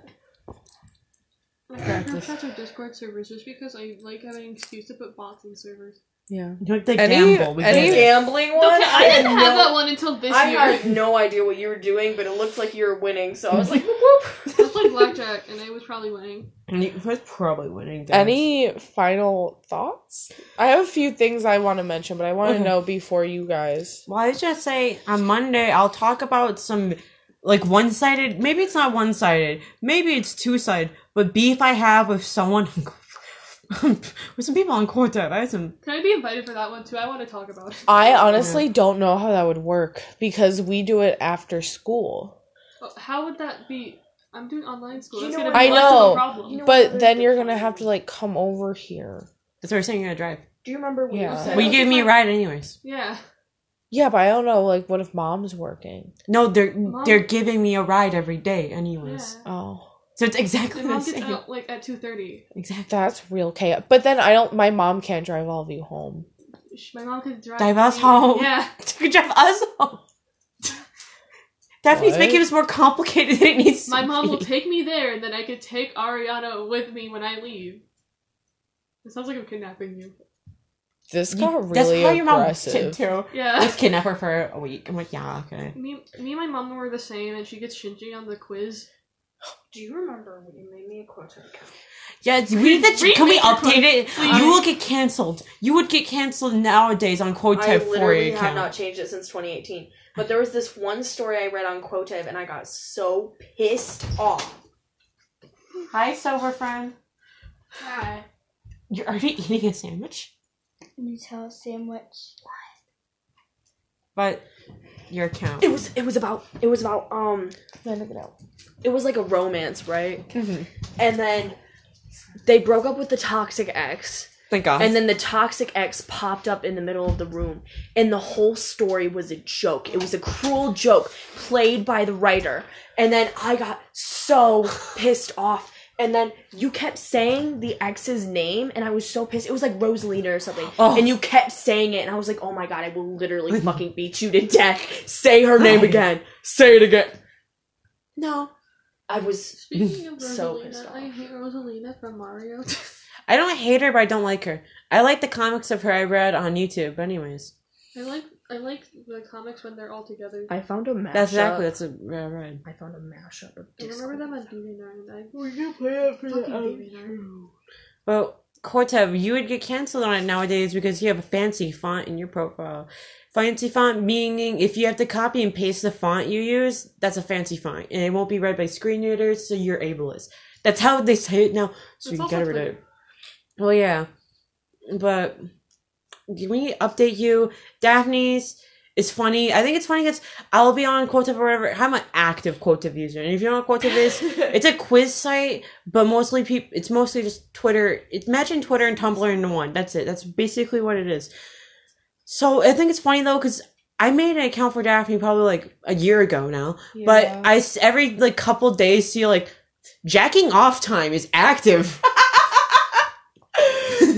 [SPEAKER 1] My favorite chats are Discord servers just because I like having an excuse to put bots in
[SPEAKER 3] [laughs]
[SPEAKER 1] servers.
[SPEAKER 3] Yeah.
[SPEAKER 2] Like the
[SPEAKER 3] Any-
[SPEAKER 2] gamble. We
[SPEAKER 3] any-
[SPEAKER 2] did it.
[SPEAKER 4] Gambling one?
[SPEAKER 1] Okay, I didn't have
[SPEAKER 4] had no-
[SPEAKER 1] that one until this
[SPEAKER 4] I
[SPEAKER 1] year.
[SPEAKER 3] [laughs]
[SPEAKER 4] had no idea what you were doing, but it looked like you were winning, so I was like, whoop, whoop.
[SPEAKER 1] Just played blackjack, and I was probably winning.
[SPEAKER 2] He was probably winning. guys.
[SPEAKER 3] Any final thoughts? I have a few things I want to mention, but I want to
[SPEAKER 2] Okay.
[SPEAKER 3] know before you guys.
[SPEAKER 2] Well, I was just say on Monday I'll talk about some like one sided. Maybe it's not one sided. Maybe it's two sided. But beef I have with someone [laughs] with some people on Quartet. I had some.
[SPEAKER 1] Can I be invited for that one too? I want to talk about it.
[SPEAKER 3] I honestly don't know how that would work because we do it after school.
[SPEAKER 1] But Oh, How would that be? I'm doing online school.
[SPEAKER 4] You
[SPEAKER 1] That's
[SPEAKER 4] know
[SPEAKER 1] gonna
[SPEAKER 4] what-
[SPEAKER 1] be
[SPEAKER 3] I
[SPEAKER 1] less of a
[SPEAKER 3] know.
[SPEAKER 1] problem.
[SPEAKER 4] You know-
[SPEAKER 3] But then you're gonna have to like come over here.
[SPEAKER 2] That's what we're saying. You're gonna drive.
[SPEAKER 4] Do you remember what
[SPEAKER 3] Yeah.
[SPEAKER 4] you said?
[SPEAKER 2] Well, you gave me a ride anyways.
[SPEAKER 1] yeah.
[SPEAKER 3] Yeah, but I don't know. Like, what if mom's working?
[SPEAKER 2] No, they're
[SPEAKER 1] Mom-
[SPEAKER 2] they're giving me a ride every day anyways.
[SPEAKER 1] Yeah.
[SPEAKER 3] Oh,
[SPEAKER 2] So it's exactly
[SPEAKER 1] My
[SPEAKER 2] the [laughs]
[SPEAKER 1] mom gets
[SPEAKER 2] same.
[SPEAKER 1] out like at two thirty.
[SPEAKER 2] Exactly. [laughs]
[SPEAKER 3] that's real chaos. But then I don't. My mom can't drive all of you home.
[SPEAKER 1] My mom could drive.
[SPEAKER 2] Drive us
[SPEAKER 1] me.
[SPEAKER 2] home.
[SPEAKER 1] Yeah.
[SPEAKER 2] Good job, us. [laughs] Daphne's
[SPEAKER 3] What?
[SPEAKER 2] making this more complicated [laughs] than it needs to
[SPEAKER 1] My mom
[SPEAKER 2] [laughs]
[SPEAKER 1] will
[SPEAKER 2] be.
[SPEAKER 1] take me there, and then I could take Ariana with me when I leave. It sounds like I'm kidnapping you.
[SPEAKER 3] This
[SPEAKER 2] You-
[SPEAKER 3] got really
[SPEAKER 2] That's how your mom
[SPEAKER 3] aggressive.
[SPEAKER 2] said
[SPEAKER 1] [laughs]
[SPEAKER 2] too.
[SPEAKER 1] Yeah.
[SPEAKER 2] Let's kidnap her for a week. I'm like, yeah, okay.
[SPEAKER 1] Me, me and my mom were the same, and she gets Shinji on the
[SPEAKER 4] [laughs]
[SPEAKER 1] quiz.
[SPEAKER 4] Do you remember when you made me a quartet?
[SPEAKER 2] Yeah, we need to.
[SPEAKER 1] Read
[SPEAKER 2] Can we
[SPEAKER 1] me your
[SPEAKER 2] update it?
[SPEAKER 1] please.
[SPEAKER 2] You will get canceled. You would get canceled nowadays on
[SPEAKER 4] I
[SPEAKER 2] Quotev for
[SPEAKER 4] literally
[SPEAKER 2] your
[SPEAKER 4] have
[SPEAKER 2] account.
[SPEAKER 4] not changed it since 2018. But there was this one story I read on Quotev, and I got so pissed off.
[SPEAKER 2] Hi, sober friend.
[SPEAKER 6] Hi.
[SPEAKER 2] You're already [laughs] eating a sandwich,
[SPEAKER 6] Nutella sandwich.
[SPEAKER 2] but your account.
[SPEAKER 4] It was it was about it was about um
[SPEAKER 3] Let me get out.
[SPEAKER 4] it was like a romance, right?
[SPEAKER 3] Mm-hmm.
[SPEAKER 2] Mhm.
[SPEAKER 4] And then they broke up with the toxic ex,
[SPEAKER 2] Thank God.
[SPEAKER 4] and then the toxic ex popped up in the middle of the room, and the whole story was a joke. It was a cruel joke played by the writer. And then I got so pissed off. And then you kept saying the ex's name, and I was so pissed. It was like Rosalina or something.
[SPEAKER 2] Oh.
[SPEAKER 4] And you kept saying it, and I was like, oh my god, I will
[SPEAKER 2] [laughs]
[SPEAKER 4] literally fucking beat you to death. Say her name again. Say it again.
[SPEAKER 2] no,
[SPEAKER 4] I was
[SPEAKER 1] Speaking of
[SPEAKER 4] So
[SPEAKER 1] Rosalina,
[SPEAKER 4] pissed off.
[SPEAKER 1] I hate Rosalina from Mario. [laughs]
[SPEAKER 2] I don't hate her, but I don't like her. I like the comics of her I read on YouTube. But anyways,
[SPEAKER 1] I like I like the comics when they're all together. I
[SPEAKER 4] I found a mashup.
[SPEAKER 2] that's exactly that's a I read.
[SPEAKER 4] I found a mashup of
[SPEAKER 1] remember
[SPEAKER 4] Discord.
[SPEAKER 1] them on DV9. I
[SPEAKER 6] We can play it for
[SPEAKER 1] fucking DV9.
[SPEAKER 2] But Cortev, you would get canceled on it nowadays because you have a fancy font in your profile. Fancy font meaning if you have to copy and paste the font you use, that's a fancy font, and it won't be read by screen readers, so you're ableist. That's how they say it now. So
[SPEAKER 1] That's
[SPEAKER 2] you
[SPEAKER 1] also
[SPEAKER 2] gotta read
[SPEAKER 1] Twitter.
[SPEAKER 2] it. Well, yeah, but can we update you? Daphne's is funny. I think it's funny because I'll be on Quotev or whatever. I'm an active Quotev user, and if you don't know what Quotev
[SPEAKER 1] [laughs]
[SPEAKER 2] is, it's a quiz site, but mostly people. It's mostly just Twitter. It, imagine Twitter and Tumblr into one. That's it. That's basically what it is. So I think it's funny though, because I made an account for Daphne probably like a year ago now. But I s- every like couple days see like jacking off time is [laughs] active.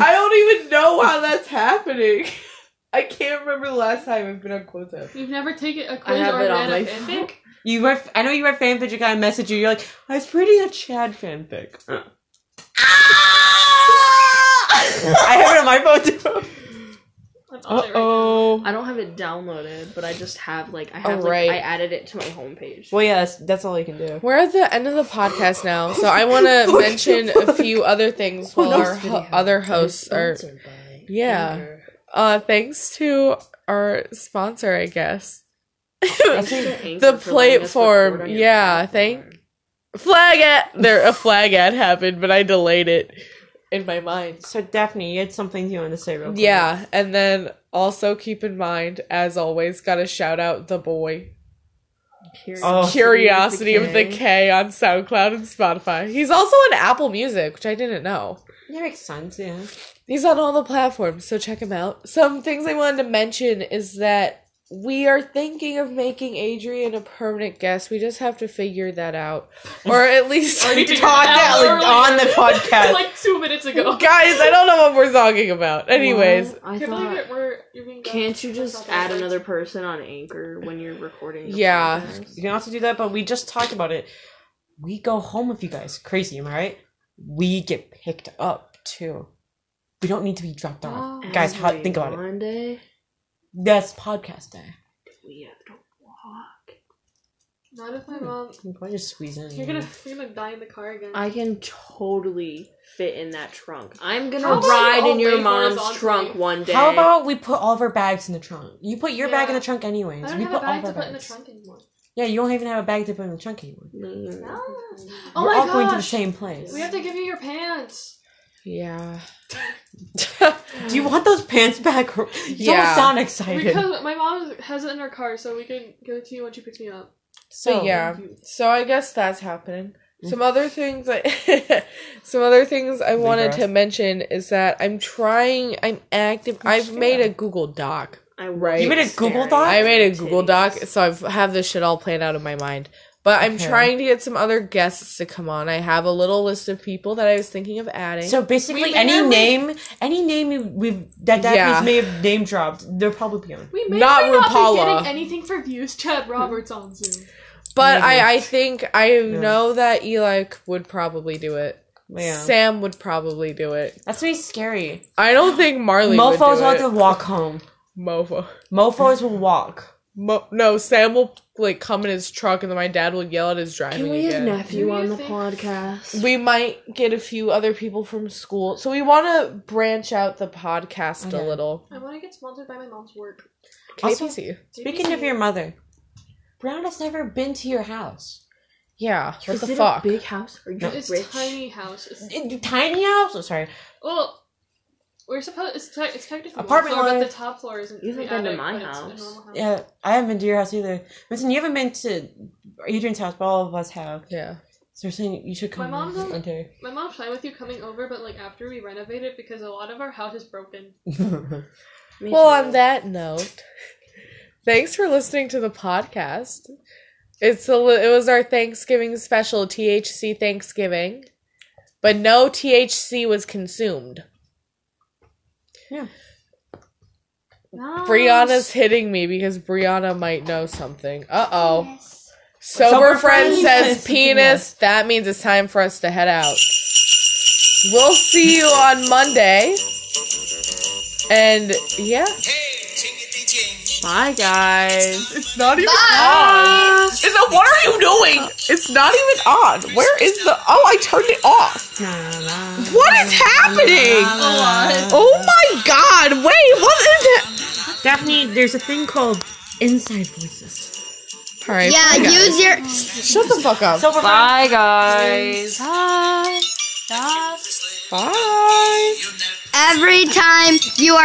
[SPEAKER 3] I don't even know how that's happening. [laughs] I can't remember the last time I've been on Quota.
[SPEAKER 1] You've never taken a
[SPEAKER 4] I
[SPEAKER 1] quiz
[SPEAKER 4] have
[SPEAKER 1] or
[SPEAKER 4] it
[SPEAKER 1] read
[SPEAKER 4] on my
[SPEAKER 1] a
[SPEAKER 4] phone.
[SPEAKER 1] fanfic?
[SPEAKER 2] you read. I know you read fanfic. A guy messaged you. You're like, I was pretty a Chad fanfic. Uh. I have it on my phone too.
[SPEAKER 1] That's all I
[SPEAKER 3] Uh
[SPEAKER 1] write down.
[SPEAKER 3] oh.
[SPEAKER 4] I don't have it downloaded, but I just have like I
[SPEAKER 3] Oh,
[SPEAKER 4] have like,
[SPEAKER 3] right.
[SPEAKER 4] I added it to my homepage.
[SPEAKER 2] [laughs] Well, yeah, that's, that's all you can do.
[SPEAKER 3] We're at the end of the podcast now, so I want [laughs] to
[SPEAKER 2] Fuck,
[SPEAKER 3] mention a
[SPEAKER 2] fuck.
[SPEAKER 3] few other things while
[SPEAKER 2] Oh, no,
[SPEAKER 3] our
[SPEAKER 2] it's
[SPEAKER 3] ho- other hosts are. Yeah. Uh, thanks to our sponsor, I guess. [laughs] The platform, yeah, thank- flag ad. There, a flag ad happened, but I delayed it in my mind.
[SPEAKER 2] So Daphne, you had something you wanted to say real quick.
[SPEAKER 3] Yeah, and then also keep in mind, as always, gotta shout out the boy
[SPEAKER 2] Oh.
[SPEAKER 3] Curiosity of the K on SoundCloud and Spotify. He's also on Apple Music, which I didn't know.
[SPEAKER 2] That makes sense, yeah.
[SPEAKER 3] He's on all the platforms, so check him out. Some things I wanted to mention is that we are thinking of making Adrian a permanent guest. We just have to figure that out.
[SPEAKER 2] [laughs]
[SPEAKER 3] Or at least
[SPEAKER 1] Already
[SPEAKER 2] We
[SPEAKER 1] figured
[SPEAKER 2] talked
[SPEAKER 1] it out
[SPEAKER 2] that, like, on [laughs] the podcast.
[SPEAKER 1] like two minutes ago.
[SPEAKER 3] Guys, I don't know what we're talking about. Anyways,
[SPEAKER 4] I
[SPEAKER 1] Can't believe
[SPEAKER 4] thought.
[SPEAKER 1] it. We're you're being
[SPEAKER 4] Can't you just
[SPEAKER 1] That's
[SPEAKER 4] add
[SPEAKER 1] awesome.
[SPEAKER 4] another person on Anchor when you're recording? the
[SPEAKER 3] Yeah.
[SPEAKER 4] podcast?
[SPEAKER 2] You can also do that, but we just talked about it. We go home with you guys. Crazy, am I right? We get picked up too. We don't need to be dropped off.
[SPEAKER 1] Oh.
[SPEAKER 2] Guys, how-
[SPEAKER 4] Every
[SPEAKER 2] think about it.
[SPEAKER 4] Monday,
[SPEAKER 2] That's podcast day.
[SPEAKER 4] we have to walk.
[SPEAKER 1] Not if my
[SPEAKER 4] Hmm.
[SPEAKER 1] mom.
[SPEAKER 2] Why just squeeze in?
[SPEAKER 1] You're gonna you're gonna die in the car again.
[SPEAKER 4] I can totally fit in that trunk. I'm gonna
[SPEAKER 1] How about
[SPEAKER 4] ride
[SPEAKER 1] you
[SPEAKER 4] in your
[SPEAKER 1] all lay
[SPEAKER 4] mom's
[SPEAKER 1] horizontally?
[SPEAKER 4] trunk one day.
[SPEAKER 2] How about we put all of our bags in the trunk? You put your bag in the
[SPEAKER 1] Yeah.
[SPEAKER 2] trunk anyways.
[SPEAKER 1] I don't
[SPEAKER 2] we
[SPEAKER 1] have
[SPEAKER 2] put
[SPEAKER 1] a bag
[SPEAKER 2] all
[SPEAKER 1] to
[SPEAKER 2] of
[SPEAKER 1] put
[SPEAKER 2] our
[SPEAKER 1] in the
[SPEAKER 2] bags.
[SPEAKER 1] trunk anymore.
[SPEAKER 2] Yeah, you don't even have a bag to put in the trunk anymore.
[SPEAKER 1] Oh
[SPEAKER 2] We're
[SPEAKER 1] my
[SPEAKER 2] all
[SPEAKER 1] god!
[SPEAKER 2] going to the same place.
[SPEAKER 1] We have to give you your pants.
[SPEAKER 2] [laughs]
[SPEAKER 3] [laughs] Yeah.
[SPEAKER 2] Do you want those pants back? [laughs] Or-
[SPEAKER 3] Yeah.
[SPEAKER 2] Don't sound excited.
[SPEAKER 1] Because my mom has it in her car, so we can give it to you when she picks me up.
[SPEAKER 3] So yeah. So I guess that's happening. Some other things I [laughs] some other things I
[SPEAKER 2] Mm. Big
[SPEAKER 3] wanted
[SPEAKER 2] breath.
[SPEAKER 3] to mention is that I'm trying I'm active I've made a Google Doc.
[SPEAKER 4] I
[SPEAKER 3] Right.
[SPEAKER 2] You made a Google Doc?
[SPEAKER 3] I made a Google Doc, so I've have this shit all planned out in my mind. But I'm
[SPEAKER 2] Okay.
[SPEAKER 3] trying to get some other guests to come on. I have a little list of people that I was thinking of adding.
[SPEAKER 2] So basically,
[SPEAKER 1] We
[SPEAKER 2] any
[SPEAKER 1] barely-
[SPEAKER 2] name, any name you- we've that that
[SPEAKER 3] Yeah.
[SPEAKER 2] may have name dropped, they'll probably be on.
[SPEAKER 1] We may
[SPEAKER 3] Not
[SPEAKER 1] or may not be
[SPEAKER 3] Rapala.
[SPEAKER 1] getting anything for
[SPEAKER 2] [laughs]
[SPEAKER 1] views. Chad Roberts on Zoom.
[SPEAKER 3] but
[SPEAKER 2] maybe.
[SPEAKER 3] I, I think I
[SPEAKER 2] Yeah.
[SPEAKER 3] know that Eli would probably do it.
[SPEAKER 2] Yeah,
[SPEAKER 3] Sam would probably do it.
[SPEAKER 2] that's gonna be scary.
[SPEAKER 3] I don't think Marley
[SPEAKER 2] Mofos will
[SPEAKER 3] would
[SPEAKER 2] have
[SPEAKER 3] do
[SPEAKER 2] to
[SPEAKER 3] it.
[SPEAKER 2] walk home.
[SPEAKER 3] Mofo.
[SPEAKER 2] Mofos will walk.
[SPEAKER 3] Mo- no, Sam will like come in his truck, and then my dad will yell at his driving.
[SPEAKER 4] Can we have
[SPEAKER 3] again.
[SPEAKER 4] nephew
[SPEAKER 1] Do you
[SPEAKER 4] on the
[SPEAKER 1] think-
[SPEAKER 4] podcast?
[SPEAKER 3] We might get a few other people from school, so we want to branch out the podcast
[SPEAKER 2] Okay.
[SPEAKER 3] a little.
[SPEAKER 1] I want to get sponsored by my mom's work.
[SPEAKER 2] Also-
[SPEAKER 3] KPC.
[SPEAKER 2] Speaking of your mother, Brown has never been to your house.
[SPEAKER 3] yeah. What
[SPEAKER 4] Is
[SPEAKER 3] the
[SPEAKER 4] it a
[SPEAKER 3] fuck?
[SPEAKER 4] big house or you
[SPEAKER 1] it's
[SPEAKER 4] rich?
[SPEAKER 1] tiny house. It's,
[SPEAKER 2] It- Tiny house. Oh, sorry.
[SPEAKER 1] well, we're supposed it's, te- it's technically
[SPEAKER 2] Apartment
[SPEAKER 1] one floor,
[SPEAKER 2] life.
[SPEAKER 1] but the top floor isn't.
[SPEAKER 4] You haven't
[SPEAKER 1] the
[SPEAKER 4] been to
[SPEAKER 1] attic,
[SPEAKER 4] my
[SPEAKER 1] but it's a
[SPEAKER 4] house.
[SPEAKER 1] normal house.
[SPEAKER 2] Yeah, I haven't been to your house either. Listen, you haven't been to Adrian's house, but all of us have.
[SPEAKER 3] Yeah.
[SPEAKER 2] So they're saying you should
[SPEAKER 1] My
[SPEAKER 2] come.
[SPEAKER 1] mom's on-
[SPEAKER 2] one day.
[SPEAKER 1] My mom's fine with you coming over, but like after we renovate it, because a lot of our house is broken.
[SPEAKER 4] Me
[SPEAKER 3] Well,
[SPEAKER 4] too.
[SPEAKER 3] on that note, [laughs] thanks for listening to the podcast. It's a li- it was our Thanksgiving special, THC Thanksgiving, but no THC was consumed.
[SPEAKER 4] Oh,
[SPEAKER 3] Brianna's hitting me because Brianna might know something. Uh oh.
[SPEAKER 6] Yes.
[SPEAKER 3] Sober,
[SPEAKER 2] Sober
[SPEAKER 3] friend
[SPEAKER 2] friend
[SPEAKER 3] says
[SPEAKER 2] says
[SPEAKER 3] penis.
[SPEAKER 2] penis.
[SPEAKER 3] That means it's time for us to head out. We'll see you on Monday. And yeah. Bye guys. It's not even on. Is it what are you doing? It's not even on. Where is the Oh, I turned it off. What is happening? Oh my god. Wait, what is it?
[SPEAKER 2] Daphne, there's a thing called inside voices.
[SPEAKER 3] All right.
[SPEAKER 6] Yeah, use your.
[SPEAKER 3] Shut the fuck up.
[SPEAKER 2] Sober friend.
[SPEAKER 4] Bye, guys. Bye.
[SPEAKER 3] Bye.
[SPEAKER 6] Every time you are.